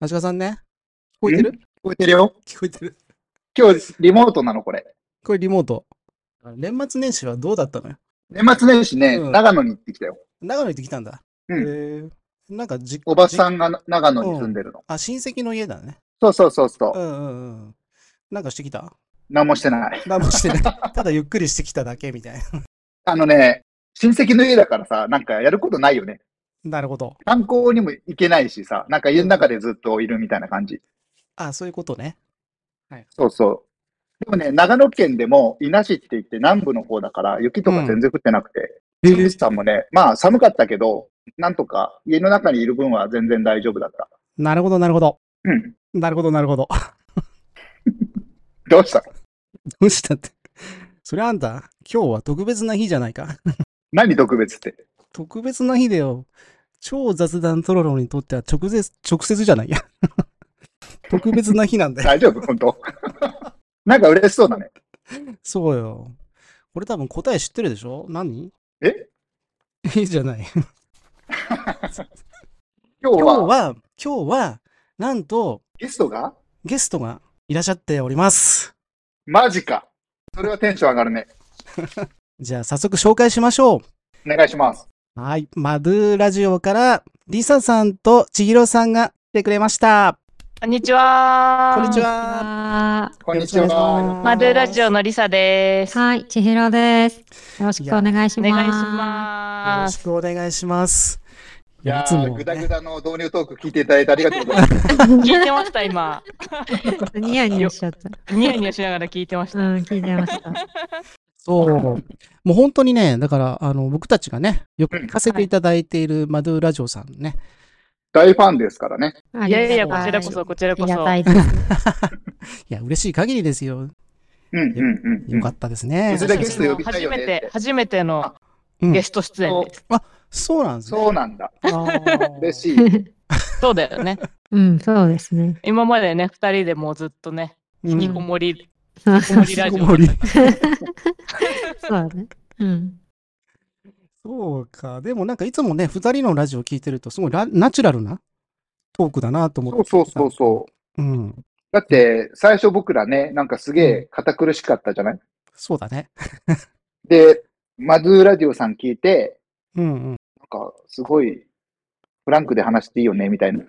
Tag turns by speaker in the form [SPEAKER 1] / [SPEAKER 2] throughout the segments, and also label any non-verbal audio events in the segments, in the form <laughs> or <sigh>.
[SPEAKER 1] 足利さんね。聞こえてる
[SPEAKER 2] ん聞こえてるよ。
[SPEAKER 1] 聞こえてる。
[SPEAKER 2] 今日リモートなの、これ。
[SPEAKER 1] これリモート。年末年始はどうだったのよ
[SPEAKER 2] 年末年始ね、
[SPEAKER 1] うん
[SPEAKER 2] 長野に行ってきたよ。
[SPEAKER 1] 長野行ってきたんだ。
[SPEAKER 2] うん
[SPEAKER 1] えーなんかじ、
[SPEAKER 2] おばさ
[SPEAKER 1] じ
[SPEAKER 2] んが長野に住んでるの。
[SPEAKER 1] あ、親戚の家だね。
[SPEAKER 2] そうそうそうそう
[SPEAKER 1] ん
[SPEAKER 2] う。
[SPEAKER 1] うんうん。なんかしてきた
[SPEAKER 2] 何もしてない。
[SPEAKER 1] 何もしてない。
[SPEAKER 2] <laughs>
[SPEAKER 1] ただゆっくりしてきただけみたいな。
[SPEAKER 2] あのね、親戚の家だからさ、なんかやることないよね。
[SPEAKER 1] なるほど。
[SPEAKER 2] 観光にも行けないしさ、なんか家の中でずっといるみたいな感じ。
[SPEAKER 1] あ、そういうことね。
[SPEAKER 2] そうそう。でもね、長野県でも伊那市って言って南部の方だから雪とか全然降ってなくて、
[SPEAKER 1] え
[SPEAKER 2] 富士山もね、まあ寒かったけど、なんとか家の中にいる分は全然大丈夫だった。
[SPEAKER 1] なるほど、なるほど。
[SPEAKER 2] うん。
[SPEAKER 1] なるほど、なるほど。 <laughs>
[SPEAKER 2] どうした
[SPEAKER 1] どうしたって。それあんた、今日は特別な日じゃないか。
[SPEAKER 2] 何特別って。
[SPEAKER 1] 特別な日でよ。超雑談トロロにとっては直接、直接じゃないや。 <laughs> 特別な日なんだよ。
[SPEAKER 2] <laughs> 大丈夫本当なんか嬉しそうだね。
[SPEAKER 1] そうよ。これ多分答え知ってるでしょ何
[SPEAKER 2] え
[SPEAKER 1] い <laughs> いじゃない。
[SPEAKER 2] 今日
[SPEAKER 1] 今日
[SPEAKER 2] は
[SPEAKER 1] は、今日は、なんと、
[SPEAKER 2] ゲストが
[SPEAKER 1] ゲストがいらっしゃっております。
[SPEAKER 2] マジか。それはテンション上がるね。
[SPEAKER 1] じゃあ早速紹介しましょ
[SPEAKER 2] お願いします。
[SPEAKER 1] う。はい。マドゥーラジオから、リサさんと千尋さんが来てくれました。
[SPEAKER 3] こんにちは。
[SPEAKER 1] こんにち
[SPEAKER 4] こんにち
[SPEAKER 1] は。
[SPEAKER 4] は
[SPEAKER 2] こんにち
[SPEAKER 1] よろしくお願いし
[SPEAKER 2] は。
[SPEAKER 1] ます
[SPEAKER 3] マドゥラジオのりさです。お
[SPEAKER 4] はい、千尋です。よろしくお願いします。
[SPEAKER 3] 願いし
[SPEAKER 1] よ
[SPEAKER 3] ま
[SPEAKER 1] ろ
[SPEAKER 3] す
[SPEAKER 1] し。くお願いします。
[SPEAKER 2] いや
[SPEAKER 1] いつも
[SPEAKER 2] ー、
[SPEAKER 1] ね
[SPEAKER 2] ぐだぐだの導入トーク聞いていただいてありがとうございます。
[SPEAKER 3] 聞いてました、今。
[SPEAKER 4] ニヤニヤしちゃった。
[SPEAKER 3] ニヤニヤしながら聞いてました。
[SPEAKER 4] うん、聞いてました。
[SPEAKER 1] そう。もう本当にね、だから、あの、僕たちがね、よく聞かせていただいているマドゥーラジオさんね。 <laughs>
[SPEAKER 2] 大ファンですからね。
[SPEAKER 3] <laughs>
[SPEAKER 4] あ
[SPEAKER 3] い
[SPEAKER 4] りが
[SPEAKER 3] や
[SPEAKER 4] た
[SPEAKER 3] いや、こちらこそ、こちら
[SPEAKER 4] あ
[SPEAKER 3] こ
[SPEAKER 4] りが
[SPEAKER 3] そ。
[SPEAKER 4] たいです。
[SPEAKER 1] いや、嬉しい限りですよ。
[SPEAKER 2] うんうんうん。
[SPEAKER 1] よかったですね。
[SPEAKER 2] いずれゲスト呼びたい
[SPEAKER 3] 初
[SPEAKER 2] よねっ
[SPEAKER 3] め
[SPEAKER 2] て
[SPEAKER 3] て、初めての
[SPEAKER 1] うん
[SPEAKER 3] ゲスト出演です。
[SPEAKER 1] そうなんですね。
[SPEAKER 2] そうなんだ。
[SPEAKER 1] <laughs>
[SPEAKER 2] 嬉
[SPEAKER 1] い。
[SPEAKER 2] しい。
[SPEAKER 3] そうだよね。
[SPEAKER 4] うん、そうですね。
[SPEAKER 3] 今までね、二人でもうずっとね、引きこもり、
[SPEAKER 4] そう
[SPEAKER 3] 引きこもりラジオ。
[SPEAKER 4] だね。うん。
[SPEAKER 1] そうか。でもなんかいつもね、二人のラジオ聞いてると、すごいラナチュラルなトークだなと思
[SPEAKER 2] そう
[SPEAKER 1] って。
[SPEAKER 2] そうそうそう。
[SPEAKER 1] う。うん。
[SPEAKER 2] だって、最初僕らね、なんかすげえ堅苦しかったじゃない
[SPEAKER 1] そうだね。
[SPEAKER 2] で、マズーラジオさん聞いて、
[SPEAKER 1] うん <laughs> うん。
[SPEAKER 2] なんかすごいフランクで話していいよね、みたいな。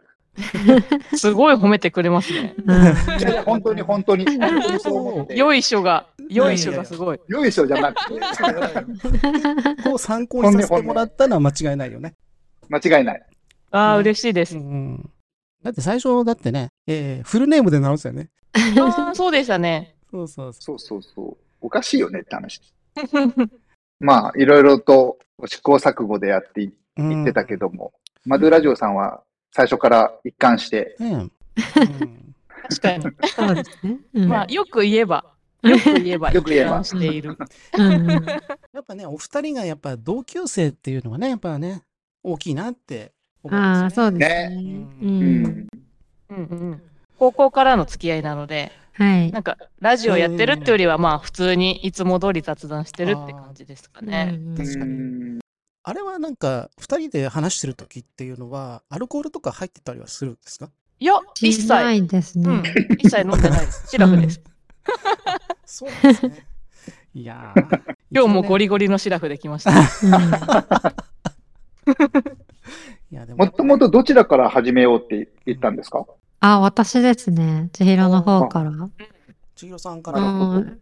[SPEAKER 3] すごい褒めてくれますね。
[SPEAKER 2] いやいや、本当に本当に。本当にそう思って。
[SPEAKER 3] よいしょが、よいしょがすごい。
[SPEAKER 2] よいしょじゃなくて、
[SPEAKER 1] こう参考にさせてもらったのは間違いないよね。
[SPEAKER 2] 間違いない。
[SPEAKER 3] ああ、嬉しいです
[SPEAKER 1] う。んうん。だって最初、だってね、えーフルネームで直したよね。
[SPEAKER 3] あーそうでしたね。
[SPEAKER 1] そうそうそ
[SPEAKER 2] そうそうそう。おかしいよねって話。まあ、いろいろと試行錯誤でやってい
[SPEAKER 1] うん。
[SPEAKER 2] 言ってたけども、マドゥラジオさんは最初から一貫して、
[SPEAKER 1] ね。うん。 <laughs>
[SPEAKER 3] 確かに。
[SPEAKER 4] そうですね。うん。
[SPEAKER 3] まあ、よく言えば、よく言えば、
[SPEAKER 2] よく言えば
[SPEAKER 3] 一貫している。
[SPEAKER 4] うん
[SPEAKER 3] <laughs>
[SPEAKER 4] うん
[SPEAKER 1] やっぱね、お二人がやっぱ同級生っていうのはね、やっぱね、大きいなって思うんですよね。
[SPEAKER 4] ああ、そうですね。う。
[SPEAKER 2] うんん、
[SPEAKER 3] うんうん高校からの付き合いなので、
[SPEAKER 4] はい
[SPEAKER 3] な。んかラジオやってるってよりは、まあ普通にいつも通り雑談してるって感じですかね。
[SPEAKER 4] うん
[SPEAKER 1] 確かに
[SPEAKER 2] うん
[SPEAKER 1] あれはなんか、二人で話してる時っていうのは、アルコールとか入ってたりはするんですか
[SPEAKER 3] いや、一
[SPEAKER 4] しな
[SPEAKER 3] 切、
[SPEAKER 4] いです
[SPEAKER 3] うん
[SPEAKER 4] ね。、
[SPEAKER 3] 一切飲んでないです。シラフです。
[SPEAKER 1] そうなんですね。 <laughs> いやー
[SPEAKER 3] 今日もゴ
[SPEAKER 1] リ。
[SPEAKER 3] リゴリのシラフできました。
[SPEAKER 1] いや、でも
[SPEAKER 2] も、ともとどちらから始めようって言ったんですか
[SPEAKER 4] あ、私ですね。千尋の方から。
[SPEAKER 1] 千尋さんか
[SPEAKER 2] なる
[SPEAKER 1] ら。
[SPEAKER 2] ほど
[SPEAKER 4] うん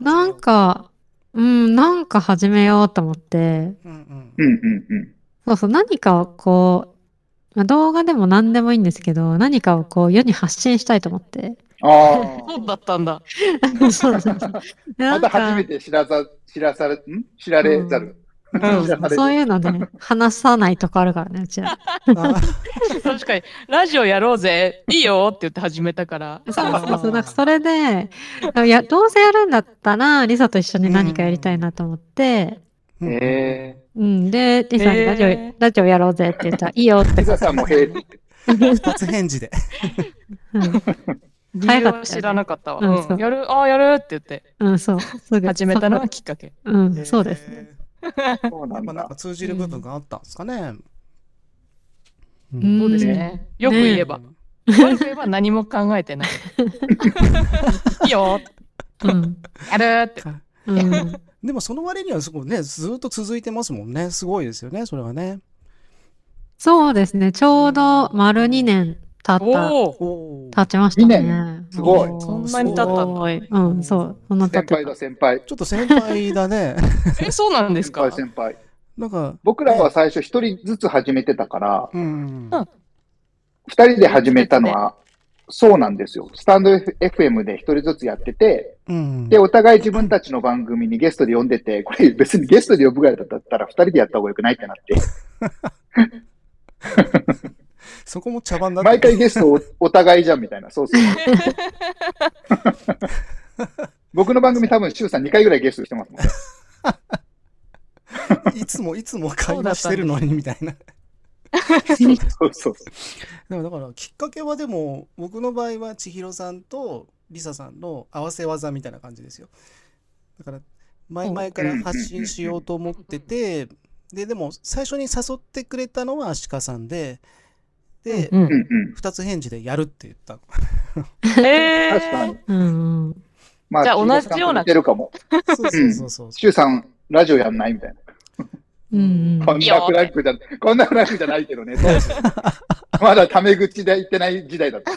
[SPEAKER 4] なんか、うん、なんか始めようと思って、
[SPEAKER 1] うんうん
[SPEAKER 2] う。んうんうん。
[SPEAKER 4] そうそう、何かをこう、まあ、動画でも何でもいいんですけど、何かをこう世に発信したいと
[SPEAKER 2] <laughs>
[SPEAKER 4] 思って。
[SPEAKER 2] ああ。
[SPEAKER 3] そうだったんだ。
[SPEAKER 4] そうそうそう。で
[SPEAKER 2] また初め
[SPEAKER 4] て。
[SPEAKER 2] て知らざ、知らされ、ん知られざる
[SPEAKER 3] うん
[SPEAKER 2] じゃあ晴れる
[SPEAKER 4] そういうのね、話さないとこあるからね、うちら。
[SPEAKER 1] あ
[SPEAKER 3] 確かに、ラジオやろうぜ、いいよって言って始めたから。
[SPEAKER 4] そうそうそう。なんか
[SPEAKER 1] あー
[SPEAKER 4] それで、いや、どうせやるんだったら、リサと一緒に何かやりたいなと思って、
[SPEAKER 2] <laughs>
[SPEAKER 1] うん
[SPEAKER 2] え
[SPEAKER 4] うん、で、リサに
[SPEAKER 3] えー
[SPEAKER 4] ラジオ、ラジオやろうぜって言ったら、いいよっ
[SPEAKER 2] ー。
[SPEAKER 4] て
[SPEAKER 2] ピ。ザさんもへえ
[SPEAKER 1] 二つ返事で。
[SPEAKER 4] うん
[SPEAKER 3] 理
[SPEAKER 4] 早
[SPEAKER 3] 由は
[SPEAKER 4] かったよね
[SPEAKER 3] 知らなかったわ。
[SPEAKER 4] うん
[SPEAKER 3] う
[SPEAKER 4] そうん
[SPEAKER 3] やる、ああ、やるって言って、
[SPEAKER 4] うん、そう。すぐ。
[SPEAKER 3] 始めたのがきっかけ。
[SPEAKER 4] うん、そうですね。
[SPEAKER 2] そう
[SPEAKER 1] や
[SPEAKER 2] な
[SPEAKER 1] っ
[SPEAKER 2] ん
[SPEAKER 1] ぱなん
[SPEAKER 2] だ
[SPEAKER 1] か。通じる部分があったんですかね。う
[SPEAKER 4] うん
[SPEAKER 3] そうですね。よく言えば。悪く言えば何も考えてない。いいよ、
[SPEAKER 4] うん。
[SPEAKER 2] <laughs>
[SPEAKER 3] やるって。
[SPEAKER 1] か
[SPEAKER 4] うん。
[SPEAKER 1] でもその割にはすごいね、ずっと続いてますもんね。すごいですよね、それはね。
[SPEAKER 4] そうですね。ちょうど丸2年経った、
[SPEAKER 3] おお、
[SPEAKER 1] お
[SPEAKER 4] 経ちました
[SPEAKER 2] 二
[SPEAKER 4] ね。
[SPEAKER 2] すごい
[SPEAKER 4] おー
[SPEAKER 3] そんなに経ったんだ
[SPEAKER 4] すごいうん、そう。そんな経っ
[SPEAKER 2] 先
[SPEAKER 4] て
[SPEAKER 2] 輩
[SPEAKER 4] た
[SPEAKER 2] だ、。先輩。
[SPEAKER 1] ちょっと先輩だね。
[SPEAKER 3] え、そうなんです
[SPEAKER 2] 先
[SPEAKER 3] か
[SPEAKER 2] 輩、。先輩。
[SPEAKER 1] なんか、
[SPEAKER 2] <laughs> 僕らは最初一人ずつ始めてたから、
[SPEAKER 1] うん。
[SPEAKER 3] うん
[SPEAKER 2] 二人で始めたのは、そうなんですよ。スタンド FM で一人ずつやってて、
[SPEAKER 1] うん
[SPEAKER 2] で、お互い自分たちの番組にゲストで呼んでて、これ別にゲストで呼ぶぐらいだったら二人でやった方がよくないってなって、
[SPEAKER 1] そこも茶番だった
[SPEAKER 2] 毎回ゲストおお互いじゃんみたいな、そうそう。僕の番組多分週さん2回ぐらいゲストしてますもん。
[SPEAKER 1] いつもいつも会話してるのにみたい
[SPEAKER 3] <laughs>
[SPEAKER 1] な。
[SPEAKER 2] そうそうそう。
[SPEAKER 1] でもだからきっかけはでも僕の場合は千尋さんとリサさんの合わせ技みたいな感じですよ。だから前
[SPEAKER 3] お
[SPEAKER 1] 々から発信しようと思ってて、で、でも最初に誘ってくれたのはアシカさんで、で、
[SPEAKER 3] うん
[SPEAKER 2] う。んうん。
[SPEAKER 1] 二つ返事でやるって言った。
[SPEAKER 3] え
[SPEAKER 2] 確かに
[SPEAKER 3] ー、。
[SPEAKER 4] うんうん。
[SPEAKER 2] ま
[SPEAKER 3] じゃあ同じような
[SPEAKER 2] 似てるかも。
[SPEAKER 1] そうそうそうそう。
[SPEAKER 2] 周さん、ラジオやんないみたいな。
[SPEAKER 4] うん
[SPEAKER 2] こんなフラッグじゃ、こんなフラッグじゃないけどね。当
[SPEAKER 3] <laughs>
[SPEAKER 2] 時まだタメ口で言ってない時代だった。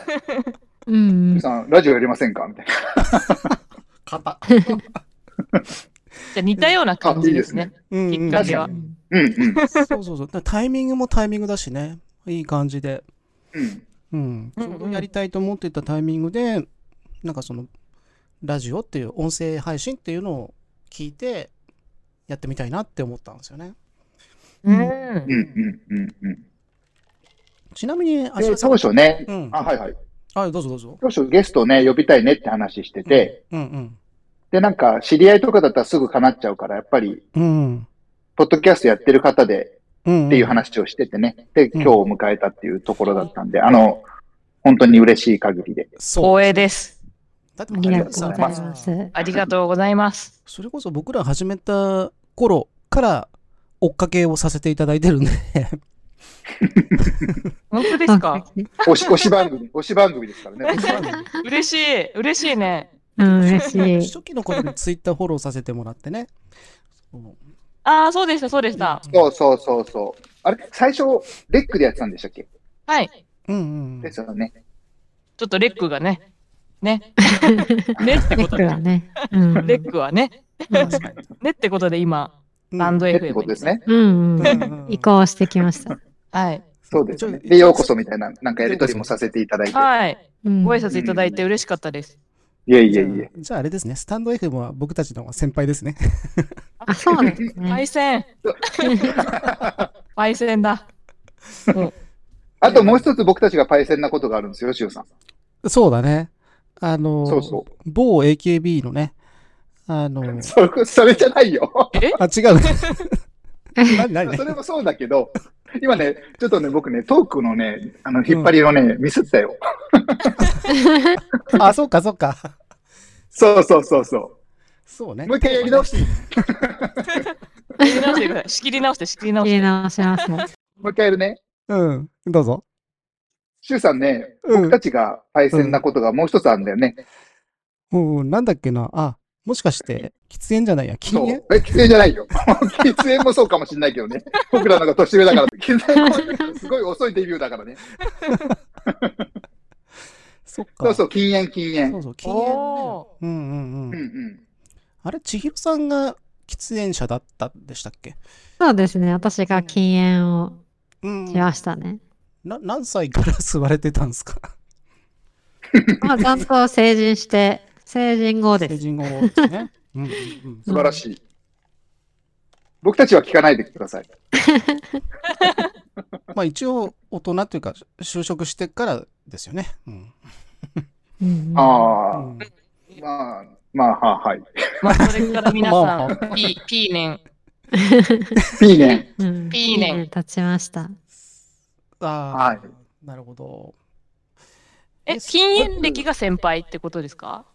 [SPEAKER 4] うん。うん
[SPEAKER 2] 周さん、ラジオやりませんかみたいな。
[SPEAKER 1] 肩。
[SPEAKER 3] じゃあ似たような感じですね。
[SPEAKER 1] うんうん
[SPEAKER 3] きっかけは
[SPEAKER 2] うんうん。
[SPEAKER 1] そうそうそう。だからタイミングもタイミングだしね。いい感じで。
[SPEAKER 2] うん、
[SPEAKER 1] うん、
[SPEAKER 3] う
[SPEAKER 1] ち
[SPEAKER 3] んう
[SPEAKER 1] ょ
[SPEAKER 3] ん
[SPEAKER 1] うどやりたいと思ってたタイミングで、なんかその、ラジオっていう音声配信っていうのを聞いて、やってみたいなって思ったんですよね。
[SPEAKER 4] う
[SPEAKER 3] うんん
[SPEAKER 2] うん、うん、うん、うん。
[SPEAKER 1] ちなみに、あ
[SPEAKER 2] で
[SPEAKER 1] し
[SPEAKER 2] 当初ね、
[SPEAKER 1] うん。
[SPEAKER 2] あ、はいはい。
[SPEAKER 1] あ、どうぞどうぞ。
[SPEAKER 2] 当初ゲストね、呼びたいねって話してて、
[SPEAKER 1] うん
[SPEAKER 2] で、なんか、知り合いとかだったらすぐ叶っちゃうから、やっぱり、
[SPEAKER 1] うん。うん。
[SPEAKER 2] ポッドキャストやってる方で
[SPEAKER 1] うん。
[SPEAKER 2] っていう。話をしててね、で、今日を迎えたっていうところだったんで、あの、本当に嬉しい限
[SPEAKER 1] <laughs>
[SPEAKER 2] りで。
[SPEAKER 1] そう。
[SPEAKER 3] 光栄です。
[SPEAKER 1] だって
[SPEAKER 4] ありがとうご
[SPEAKER 2] う
[SPEAKER 4] ざ
[SPEAKER 2] ご
[SPEAKER 4] い
[SPEAKER 2] ざい
[SPEAKER 4] ま。
[SPEAKER 2] ます
[SPEAKER 4] う
[SPEAKER 3] ありがとうございます。
[SPEAKER 1] それこそ僕ら始めた頃から追っかけをさせていただいて
[SPEAKER 2] <laughs>
[SPEAKER 1] るんで。
[SPEAKER 3] 本当ですか
[SPEAKER 2] 推し、推し番組、推し番組ですからね。推し
[SPEAKER 1] <laughs>
[SPEAKER 2] 番組
[SPEAKER 3] 嬉しい、嬉しいね。
[SPEAKER 4] ん、嬉しい。
[SPEAKER 1] 初期の頃にツイッターフォローさせてもらってね。そう
[SPEAKER 3] ああ、そうでした、そうでした。
[SPEAKER 2] そうそうそうそう。あれ最初、レックでやってたんでしたっけ
[SPEAKER 3] はい。
[SPEAKER 1] うんうん
[SPEAKER 2] ですよね。
[SPEAKER 3] ちょっとレックがね。
[SPEAKER 2] <laughs>
[SPEAKER 3] ね。ねってこ
[SPEAKER 4] レッ
[SPEAKER 3] と
[SPEAKER 4] ク
[SPEAKER 3] で。
[SPEAKER 4] はね。うん。
[SPEAKER 3] レックはね。
[SPEAKER 1] 確かに。
[SPEAKER 3] ねってことで今、
[SPEAKER 1] うん
[SPEAKER 3] バンド
[SPEAKER 2] レックってこと
[SPEAKER 3] FM に
[SPEAKER 2] です。ね。
[SPEAKER 4] うん
[SPEAKER 1] う
[SPEAKER 4] うんん。
[SPEAKER 1] うんうん
[SPEAKER 4] 移行してきました。
[SPEAKER 3] はい。
[SPEAKER 2] そうですよね。
[SPEAKER 1] ちょ
[SPEAKER 2] で、ようこそみたいな、なんかやりとりもさせていただいて。
[SPEAKER 3] はい。
[SPEAKER 4] うん。
[SPEAKER 3] ご挨拶いただいて嬉しかったです。
[SPEAKER 2] いえい
[SPEAKER 1] じ
[SPEAKER 2] え
[SPEAKER 1] ゃ
[SPEAKER 2] い
[SPEAKER 1] あ
[SPEAKER 2] え。
[SPEAKER 1] じゃああれですね、スタンド FM は僕たちの方が先輩ですね。 <laughs>
[SPEAKER 4] あ、そうですね
[SPEAKER 3] 敗。戦。敗戦だ。
[SPEAKER 2] あともう一つ僕たちがパイセンなことがあるんですよ、しゅうさん。
[SPEAKER 1] そうだね。あの、
[SPEAKER 2] そうそ
[SPEAKER 1] 某 AKB のね、あ
[SPEAKER 2] <laughs>
[SPEAKER 1] の、
[SPEAKER 2] う。それ、 <laughs> それじゃないよ。
[SPEAKER 1] あ、違うね。何何
[SPEAKER 2] <laughs> そ
[SPEAKER 1] 何
[SPEAKER 2] れもそうだけど、今ね、ちょっとね、僕ね、トークのね、あの、引っ張りのね、ミスったよ。
[SPEAKER 1] あ、そうかそうか。
[SPEAKER 2] そうそうそうそ
[SPEAKER 1] そう
[SPEAKER 2] う。
[SPEAKER 1] ね
[SPEAKER 2] もう。一回やり直していい
[SPEAKER 3] 仕切り直してください。仕切り直して、仕切り直し
[SPEAKER 4] 入れ
[SPEAKER 3] て。
[SPEAKER 4] 直します。
[SPEAKER 2] もう一回やるね。
[SPEAKER 1] うん。どうぞ。
[SPEAKER 2] しゅうさんね、
[SPEAKER 1] うん
[SPEAKER 2] 僕たちがパイセンなことがもう一つあるんだよね。
[SPEAKER 1] うん、なんだっけな。あ、もしかして、喫煙じゃないや、禁
[SPEAKER 2] そう。
[SPEAKER 1] 煙
[SPEAKER 2] え、喫煙じゃないよ。 <laughs> 喫煙もそうかもしれないけどね。僕らなんか年上 <laughs> だから、喫煙もすごい遅いデビューだからね。
[SPEAKER 1] そっか。
[SPEAKER 2] そうそう、禁煙、禁
[SPEAKER 1] そ
[SPEAKER 2] 煙
[SPEAKER 1] う。そう禁煙ね。
[SPEAKER 3] お
[SPEAKER 1] うんうん
[SPEAKER 2] う
[SPEAKER 1] うん。
[SPEAKER 2] うんん。
[SPEAKER 1] あれ、千尋さんが喫煙者だったんでしたっけ
[SPEAKER 4] そうですね。私が禁煙を
[SPEAKER 1] うん
[SPEAKER 4] し。ましたね。
[SPEAKER 1] な、何歳から <laughs> 吸われてたんですか
[SPEAKER 4] まあ、ちゃんと成人して、成人後で
[SPEAKER 1] 成
[SPEAKER 4] す。
[SPEAKER 1] <laughs> 人後ですね。うんうんうん
[SPEAKER 2] 素晴らしい。僕たちは聞かないでください。
[SPEAKER 1] まあ一応大人というか就職してからですよね。うん。
[SPEAKER 4] うんうん
[SPEAKER 1] う
[SPEAKER 2] ああ、
[SPEAKER 1] ん
[SPEAKER 2] まあ、まあ、ははい。
[SPEAKER 3] まあ、それから皆
[SPEAKER 1] ま
[SPEAKER 3] さ
[SPEAKER 1] あま
[SPEAKER 3] ん、ピー、ピー年、
[SPEAKER 2] いいね。
[SPEAKER 4] うん
[SPEAKER 3] いいね
[SPEAKER 4] いいね経ちました。
[SPEAKER 1] あ
[SPEAKER 2] は
[SPEAKER 1] あ、なるほど。
[SPEAKER 3] え、禁煙歴が先輩ってことですか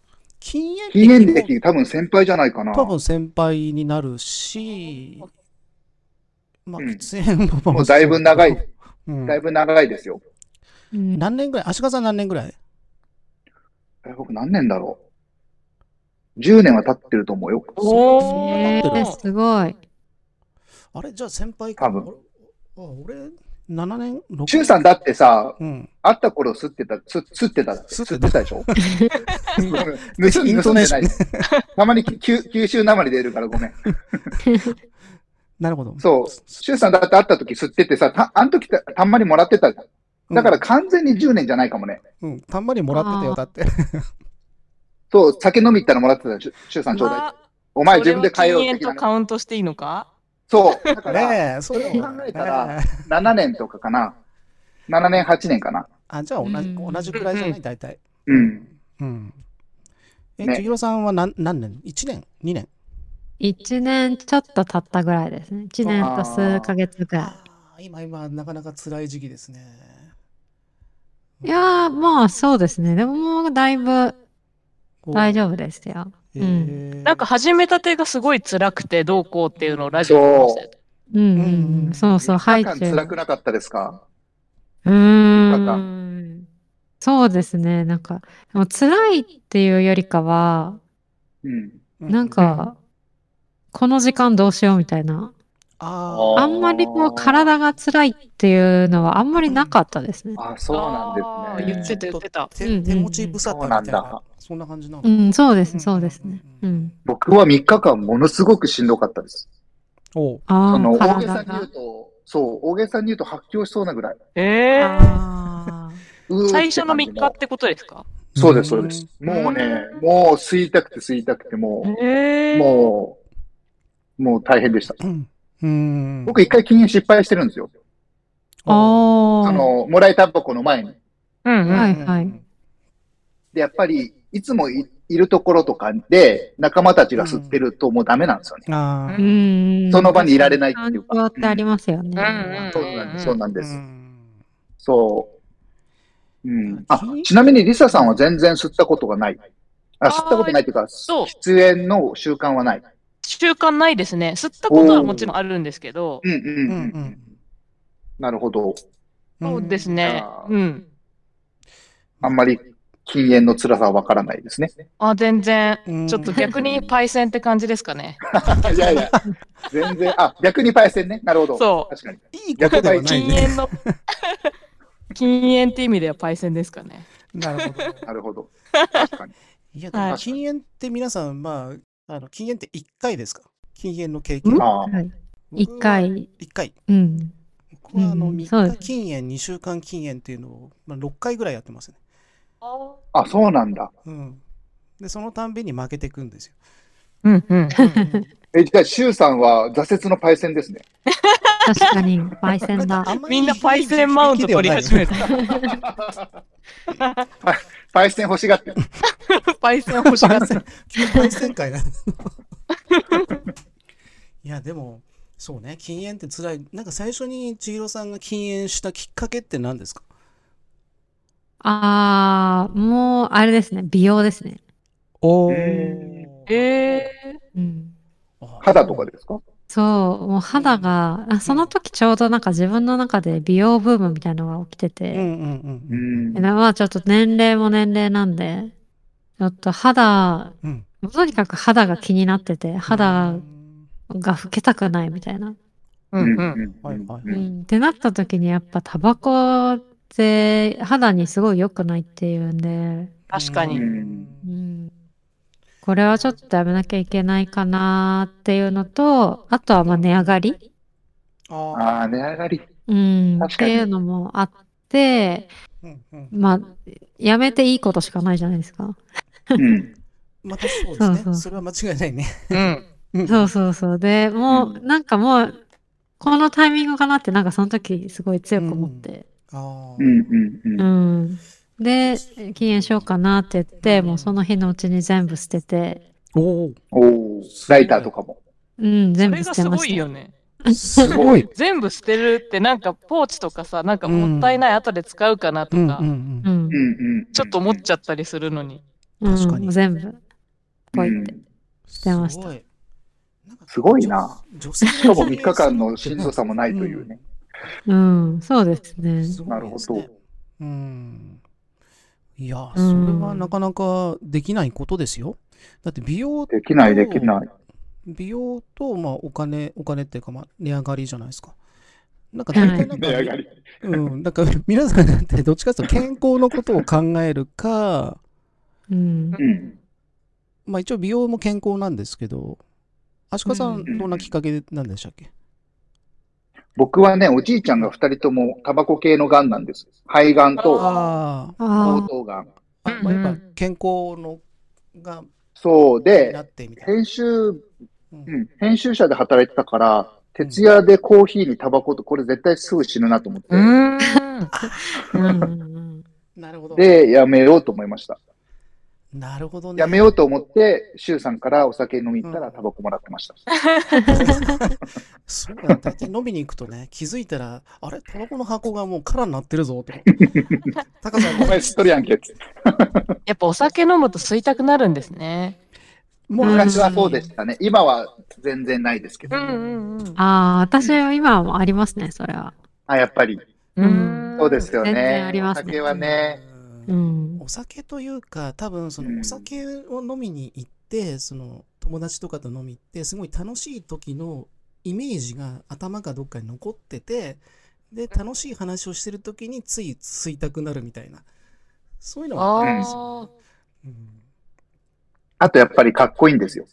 [SPEAKER 1] 禁煙
[SPEAKER 2] 記念
[SPEAKER 1] 歴
[SPEAKER 2] 歴、多分先輩じゃないかな。
[SPEAKER 1] も多分先輩になるし、まあ
[SPEAKER 2] うん
[SPEAKER 1] 喫煙も、
[SPEAKER 2] もうだいぶ長い、
[SPEAKER 1] うん
[SPEAKER 2] だいぶ長いですよ。
[SPEAKER 4] うん
[SPEAKER 1] 何年ぐらい足利さん何年ぐらい
[SPEAKER 2] え僕何年だろう ?10 年は経ってると思うよ。
[SPEAKER 3] お
[SPEAKER 4] え
[SPEAKER 1] ー
[SPEAKER 4] ー、すごい。
[SPEAKER 1] あれじゃあ先輩か。
[SPEAKER 2] 多分
[SPEAKER 1] あ俺、7年、6年。
[SPEAKER 2] 中さんだってさ、
[SPEAKER 1] うん。
[SPEAKER 2] 会った頃吸ってた、吸吸ってただって、
[SPEAKER 1] 吸
[SPEAKER 2] 吸
[SPEAKER 1] ってた
[SPEAKER 2] ってたで
[SPEAKER 1] <laughs>
[SPEAKER 2] しょ盗
[SPEAKER 1] イン
[SPEAKER 2] 盗
[SPEAKER 1] ト
[SPEAKER 2] ん
[SPEAKER 1] ネー
[SPEAKER 2] で
[SPEAKER 1] ション
[SPEAKER 2] ないです。たまにき九九州なまり出るからごめん。
[SPEAKER 1] なるほど。
[SPEAKER 2] そう。中さんだって会った時吸っててさ、たあの時たたんまりもらってたじゃん。
[SPEAKER 1] うん
[SPEAKER 2] だから、完全に10年じゃないかもね。
[SPEAKER 1] うん、たんまりもらってたよ、だって。
[SPEAKER 2] そう、酒飲み行ったらもらってたしゅ、中さんちょうだい。
[SPEAKER 3] あ
[SPEAKER 2] お前
[SPEAKER 3] それ
[SPEAKER 2] 自
[SPEAKER 3] は
[SPEAKER 2] 分で変えよう
[SPEAKER 3] 禁
[SPEAKER 2] 的な
[SPEAKER 3] 煙と
[SPEAKER 2] ね
[SPEAKER 3] カウントしていいのか
[SPEAKER 2] そう。
[SPEAKER 3] <laughs>
[SPEAKER 2] だから、
[SPEAKER 1] ねえ、それを
[SPEAKER 2] 考えたら。7年とかかな。7年、8年かな。
[SPEAKER 1] あ、じゃあ同じ、
[SPEAKER 4] うん
[SPEAKER 1] 同じくらいじゃ
[SPEAKER 3] うん
[SPEAKER 1] な
[SPEAKER 3] う
[SPEAKER 1] い大体。
[SPEAKER 2] うん。
[SPEAKER 1] うん。え、
[SPEAKER 2] ね
[SPEAKER 1] ちひろさんは何何年 ?1 年 ?2 年
[SPEAKER 4] 一年ちょっと経ったぐらいですね。一年と数ヶ月ぐら
[SPEAKER 1] あー今、今、なかなか辛い時期ですね。
[SPEAKER 4] い。いやー、まあそうですね。でももうだいぶ大丈夫ですよ。
[SPEAKER 1] 夫
[SPEAKER 4] うん
[SPEAKER 3] なんか、始めたてがすごい辛くてどうこうっていうのをラジオで言ってましたよね
[SPEAKER 4] うんうん
[SPEAKER 1] う
[SPEAKER 4] うんん、そうそう、ハイ
[SPEAKER 2] 3日
[SPEAKER 4] チュ
[SPEAKER 2] 間
[SPEAKER 4] ウ。
[SPEAKER 2] 辛くなかったですか
[SPEAKER 4] うーん。そうですね。なんか、でも辛いっていうよりかは、
[SPEAKER 2] うん。
[SPEAKER 1] う
[SPEAKER 4] なん、か、この時間どうしようみたいな。
[SPEAKER 1] あ
[SPEAKER 2] あ
[SPEAKER 1] あ、
[SPEAKER 2] ー
[SPEAKER 4] あんまりこう、体が辛いっていうのはあんまりなかったですね。
[SPEAKER 2] あ、そうなんですね。
[SPEAKER 3] あー言ってた言ってた。
[SPEAKER 4] うんうん
[SPEAKER 1] 手
[SPEAKER 4] うん
[SPEAKER 1] 手持ち無沙汰みたい
[SPEAKER 2] そうなんだ
[SPEAKER 1] な、そんな感じなの
[SPEAKER 4] う。ん、そうです、そうですね。うん。
[SPEAKER 2] 僕は3日間ものすごくしんどかったです。
[SPEAKER 1] おう
[SPEAKER 4] あ
[SPEAKER 2] その
[SPEAKER 4] あ、
[SPEAKER 2] 大げさ
[SPEAKER 4] 体
[SPEAKER 2] に言う
[SPEAKER 4] が。
[SPEAKER 2] と、そう、大げさに言うと発狂しそうなぐらい。
[SPEAKER 3] えー、
[SPEAKER 4] あ
[SPEAKER 2] うー
[SPEAKER 3] 最初の
[SPEAKER 2] って
[SPEAKER 3] 3
[SPEAKER 2] 感
[SPEAKER 3] 日
[SPEAKER 2] じ
[SPEAKER 3] ってことですか
[SPEAKER 2] そうです、そうです。
[SPEAKER 3] ん
[SPEAKER 2] もうね、もう吸いたくて吸いたくて、も
[SPEAKER 3] え
[SPEAKER 2] う、もう、もう大変でした。
[SPEAKER 1] うん。うん。
[SPEAKER 2] 僕一回禁煙失敗してるんですよ。
[SPEAKER 4] あ、あ
[SPEAKER 2] あ
[SPEAKER 4] あ、
[SPEAKER 2] の、もらいタバコの前に。
[SPEAKER 3] うんうん。
[SPEAKER 4] はいはい
[SPEAKER 2] で、やっぱり、いつもいいるところとかで、仲間たちが吸ってるともうダメなんですよね。
[SPEAKER 1] ああ
[SPEAKER 4] う。ん。
[SPEAKER 2] その場にいられないっていうか
[SPEAKER 4] 環境ってありますよ
[SPEAKER 3] うんう
[SPEAKER 4] ね。
[SPEAKER 3] んうん
[SPEAKER 2] そうなんです、そうなんで
[SPEAKER 1] う
[SPEAKER 2] す。
[SPEAKER 1] ん
[SPEAKER 2] そう。うん。あ、ちなみにリサさんは全然吸ったことがない。あ、吸ったことないっていうか、
[SPEAKER 3] そう
[SPEAKER 2] 出演の習慣はない。
[SPEAKER 3] 習慣ないですね。吸ったことはもちろんあるんですけど、
[SPEAKER 2] うんうん
[SPEAKER 1] う
[SPEAKER 2] うんん。
[SPEAKER 1] うん
[SPEAKER 2] なるほど。
[SPEAKER 3] そうです
[SPEAKER 1] ね。
[SPEAKER 3] ね
[SPEAKER 2] あ。ー
[SPEAKER 3] うん。
[SPEAKER 2] あんまり禁煙の辛さはわからないですね。
[SPEAKER 3] あ、全然。
[SPEAKER 1] うん
[SPEAKER 3] ちょっと逆にパイセンって感じですかね。
[SPEAKER 2] いやいや、全然、あ、逆にパイセンね。なるほど。
[SPEAKER 3] そう
[SPEAKER 2] 確かに。
[SPEAKER 1] いいことではない
[SPEAKER 3] 禁
[SPEAKER 1] ね。 <laughs>
[SPEAKER 3] 煙の、禁煙って意味ではパイセンですかね。
[SPEAKER 1] なるほど。
[SPEAKER 2] なるほど。確かに。
[SPEAKER 1] いや、でも
[SPEAKER 3] はい
[SPEAKER 1] 禁煙って皆さん、まあ、あの禁煙って1回ですか禁煙の経験。
[SPEAKER 2] ああ、
[SPEAKER 4] はい
[SPEAKER 1] 僕は
[SPEAKER 4] 一。回、
[SPEAKER 1] 1回。
[SPEAKER 4] うん。
[SPEAKER 1] 僕はあの
[SPEAKER 4] うん
[SPEAKER 1] 3
[SPEAKER 4] そうで
[SPEAKER 1] 日
[SPEAKER 4] す
[SPEAKER 1] 禁煙、2週間禁煙っていうのを、まあ、6回ぐらいやってますね。
[SPEAKER 2] あ、そうなんだ。
[SPEAKER 1] うん。で、そのたんびに負けていくんですよ。
[SPEAKER 3] うんうん。
[SPEAKER 2] え、じゃあ、シュウさんは挫折のパイセンですね。
[SPEAKER 4] 確かに、焙煎だ。
[SPEAKER 1] あんまり
[SPEAKER 3] みんなパイセンマウント取り
[SPEAKER 1] <laughs>
[SPEAKER 3] 始めた。
[SPEAKER 2] パイセン欲しがってる。
[SPEAKER 3] パイセン欲しがってる。
[SPEAKER 1] 急にパイセン会だ。い <laughs> や、でも、そうね、禁煙って辛い。なんか最初に千尋さんが禁煙したきっかけって何ですか
[SPEAKER 4] ああ、もう、あれですね。美容ですね。
[SPEAKER 1] お
[SPEAKER 2] ー
[SPEAKER 3] え
[SPEAKER 4] うん。
[SPEAKER 2] 肌とかですか
[SPEAKER 4] そう、もう肌が、あ、その時ちょうどなんか自分の中で美容ブームみたいなのが起きて
[SPEAKER 1] うんう
[SPEAKER 4] て、
[SPEAKER 1] ん
[SPEAKER 2] う
[SPEAKER 1] うん。
[SPEAKER 2] ん
[SPEAKER 4] で。まあちょっと年齢も年齢なんで、ちょっと肌、
[SPEAKER 1] うん。
[SPEAKER 4] とにかく肌が気になってて、肌が老けたくないみたいな。
[SPEAKER 3] ー。う
[SPEAKER 2] うんう
[SPEAKER 3] んうんん。
[SPEAKER 1] は
[SPEAKER 2] う
[SPEAKER 1] い
[SPEAKER 2] ん
[SPEAKER 1] はいう
[SPEAKER 2] うん
[SPEAKER 4] ん、ってなった時にやっぱタバコって肌にすごい良くないっていうんで、
[SPEAKER 3] 確かに。
[SPEAKER 4] うん、これはちょっとやめなきゃいけないかなっていうのと、あとはまあ値上がり、
[SPEAKER 1] あ
[SPEAKER 2] ああ、値上がり。
[SPEAKER 4] うん、っ
[SPEAKER 2] 確かに
[SPEAKER 4] ていうのもあって、
[SPEAKER 1] あ。うんうん
[SPEAKER 4] まあ、やめていいことしかないじゃないですか。
[SPEAKER 2] うん。
[SPEAKER 1] またそうです
[SPEAKER 4] そうそ
[SPEAKER 1] ね。
[SPEAKER 4] う
[SPEAKER 1] それは間違いないね。
[SPEAKER 3] う
[SPEAKER 1] う
[SPEAKER 3] ん。
[SPEAKER 1] ん
[SPEAKER 4] そうそうそう。で、も
[SPEAKER 3] う
[SPEAKER 4] う、
[SPEAKER 3] ん
[SPEAKER 4] なんかもう、このタイミングかなって、なんかその時すごい強く思って。
[SPEAKER 1] あ
[SPEAKER 2] うん
[SPEAKER 1] ー
[SPEAKER 2] うん
[SPEAKER 4] う
[SPEAKER 2] うん。
[SPEAKER 4] ん。で、禁煙しようかなって言って、もうその日のうちに全部捨てて、
[SPEAKER 1] お
[SPEAKER 2] おお、ライターとかも。
[SPEAKER 4] うん、全
[SPEAKER 3] そ
[SPEAKER 4] 部
[SPEAKER 3] れ
[SPEAKER 4] 捨
[SPEAKER 3] が
[SPEAKER 4] て
[SPEAKER 3] す
[SPEAKER 4] ま
[SPEAKER 3] ごい
[SPEAKER 4] した。
[SPEAKER 3] よね。
[SPEAKER 1] お、すごい。
[SPEAKER 3] 全部捨てるってなんかポーチとかさ、なんかもったいない後で使うかなと
[SPEAKER 1] うんうん
[SPEAKER 3] か、
[SPEAKER 1] うん
[SPEAKER 4] う。ん
[SPEAKER 2] う、んうん。
[SPEAKER 3] ちょっと思っちゃったりするのに。
[SPEAKER 4] うん、
[SPEAKER 1] 確かに
[SPEAKER 4] 全部、ポイって。
[SPEAKER 2] うん
[SPEAKER 1] す
[SPEAKER 4] てました
[SPEAKER 1] ごい。なんか
[SPEAKER 2] すごいな。
[SPEAKER 1] 女性
[SPEAKER 2] しかも3日間のしんどさもないというね。
[SPEAKER 4] うん、そうですね。
[SPEAKER 1] すごいですね
[SPEAKER 2] なるほど。
[SPEAKER 1] うん。いや、
[SPEAKER 4] う
[SPEAKER 1] そ
[SPEAKER 4] ん
[SPEAKER 1] れはなかなかできないことですよ。だって美容、
[SPEAKER 2] できないできない。
[SPEAKER 1] 美容と、まあ、お金、お金っていうか、まあ、値上がりじゃないですか。なんか大体なんか、
[SPEAKER 2] <laughs> 値上がり。
[SPEAKER 1] うん、なんか皆さんだってどっちかというと健康のことを考えるか、
[SPEAKER 4] うん。
[SPEAKER 2] うん。
[SPEAKER 1] まあ一応美容も健康なんですけど、アシカさん、
[SPEAKER 3] うん
[SPEAKER 1] どんなきっかけなんでしたっけ
[SPEAKER 2] 僕はね、おじいちゃんが2人ともタバコ系の癌なんです。肺がんと
[SPEAKER 1] ああ、
[SPEAKER 4] あ
[SPEAKER 2] 喉
[SPEAKER 4] あ、
[SPEAKER 2] 頭がん。
[SPEAKER 1] あ
[SPEAKER 3] うん
[SPEAKER 1] まあ、やっぱ健康のが
[SPEAKER 2] そう
[SPEAKER 1] なっ
[SPEAKER 2] で、
[SPEAKER 1] てみたいな。
[SPEAKER 2] 編集、う
[SPEAKER 1] うん
[SPEAKER 2] ん、編集者で働いてたから、徹夜でコーヒーにタバコと、これ絶対すぐ死ぬなと思って、
[SPEAKER 3] <laughs> ん。
[SPEAKER 4] うんうんうん。
[SPEAKER 1] なるほど。
[SPEAKER 2] で、やめようと思いました。
[SPEAKER 1] なるほどね。
[SPEAKER 2] やめようと思って、周さんからお酒飲み行ったらタバコもらってました。
[SPEAKER 1] そうだ、大体飲みに行くとね、気づいたら、あれ、タバコの箱がもう空になってるぞ、と。
[SPEAKER 2] <laughs>
[SPEAKER 1] タカさん
[SPEAKER 2] お前知っとるやんけっつって。
[SPEAKER 3] やっぱお酒飲むと吸いたくなるんですね。
[SPEAKER 1] も
[SPEAKER 2] 昔はそうでしたね。今は全然ないですけど。
[SPEAKER 3] んうん
[SPEAKER 4] ああ、私は今もありますね、それは。
[SPEAKER 2] あ、やっぱり。
[SPEAKER 4] うん
[SPEAKER 2] そうですよね。
[SPEAKER 4] 全然ありますね
[SPEAKER 2] お酒はね。
[SPEAKER 4] う
[SPEAKER 1] うん
[SPEAKER 4] ん。 <laughs>
[SPEAKER 1] お酒というか、多分、そ
[SPEAKER 2] うん
[SPEAKER 1] の、お酒を飲みに行って、その、友達とかと飲み行って、すごい楽しい時のイメージが頭がどっかに残ってて、で、楽しい話をしてる時につい吸いたくなるみたいな。そういうのはあるんですよ
[SPEAKER 3] あ
[SPEAKER 1] ね、
[SPEAKER 2] あとやっぱりかっこいいんですよ。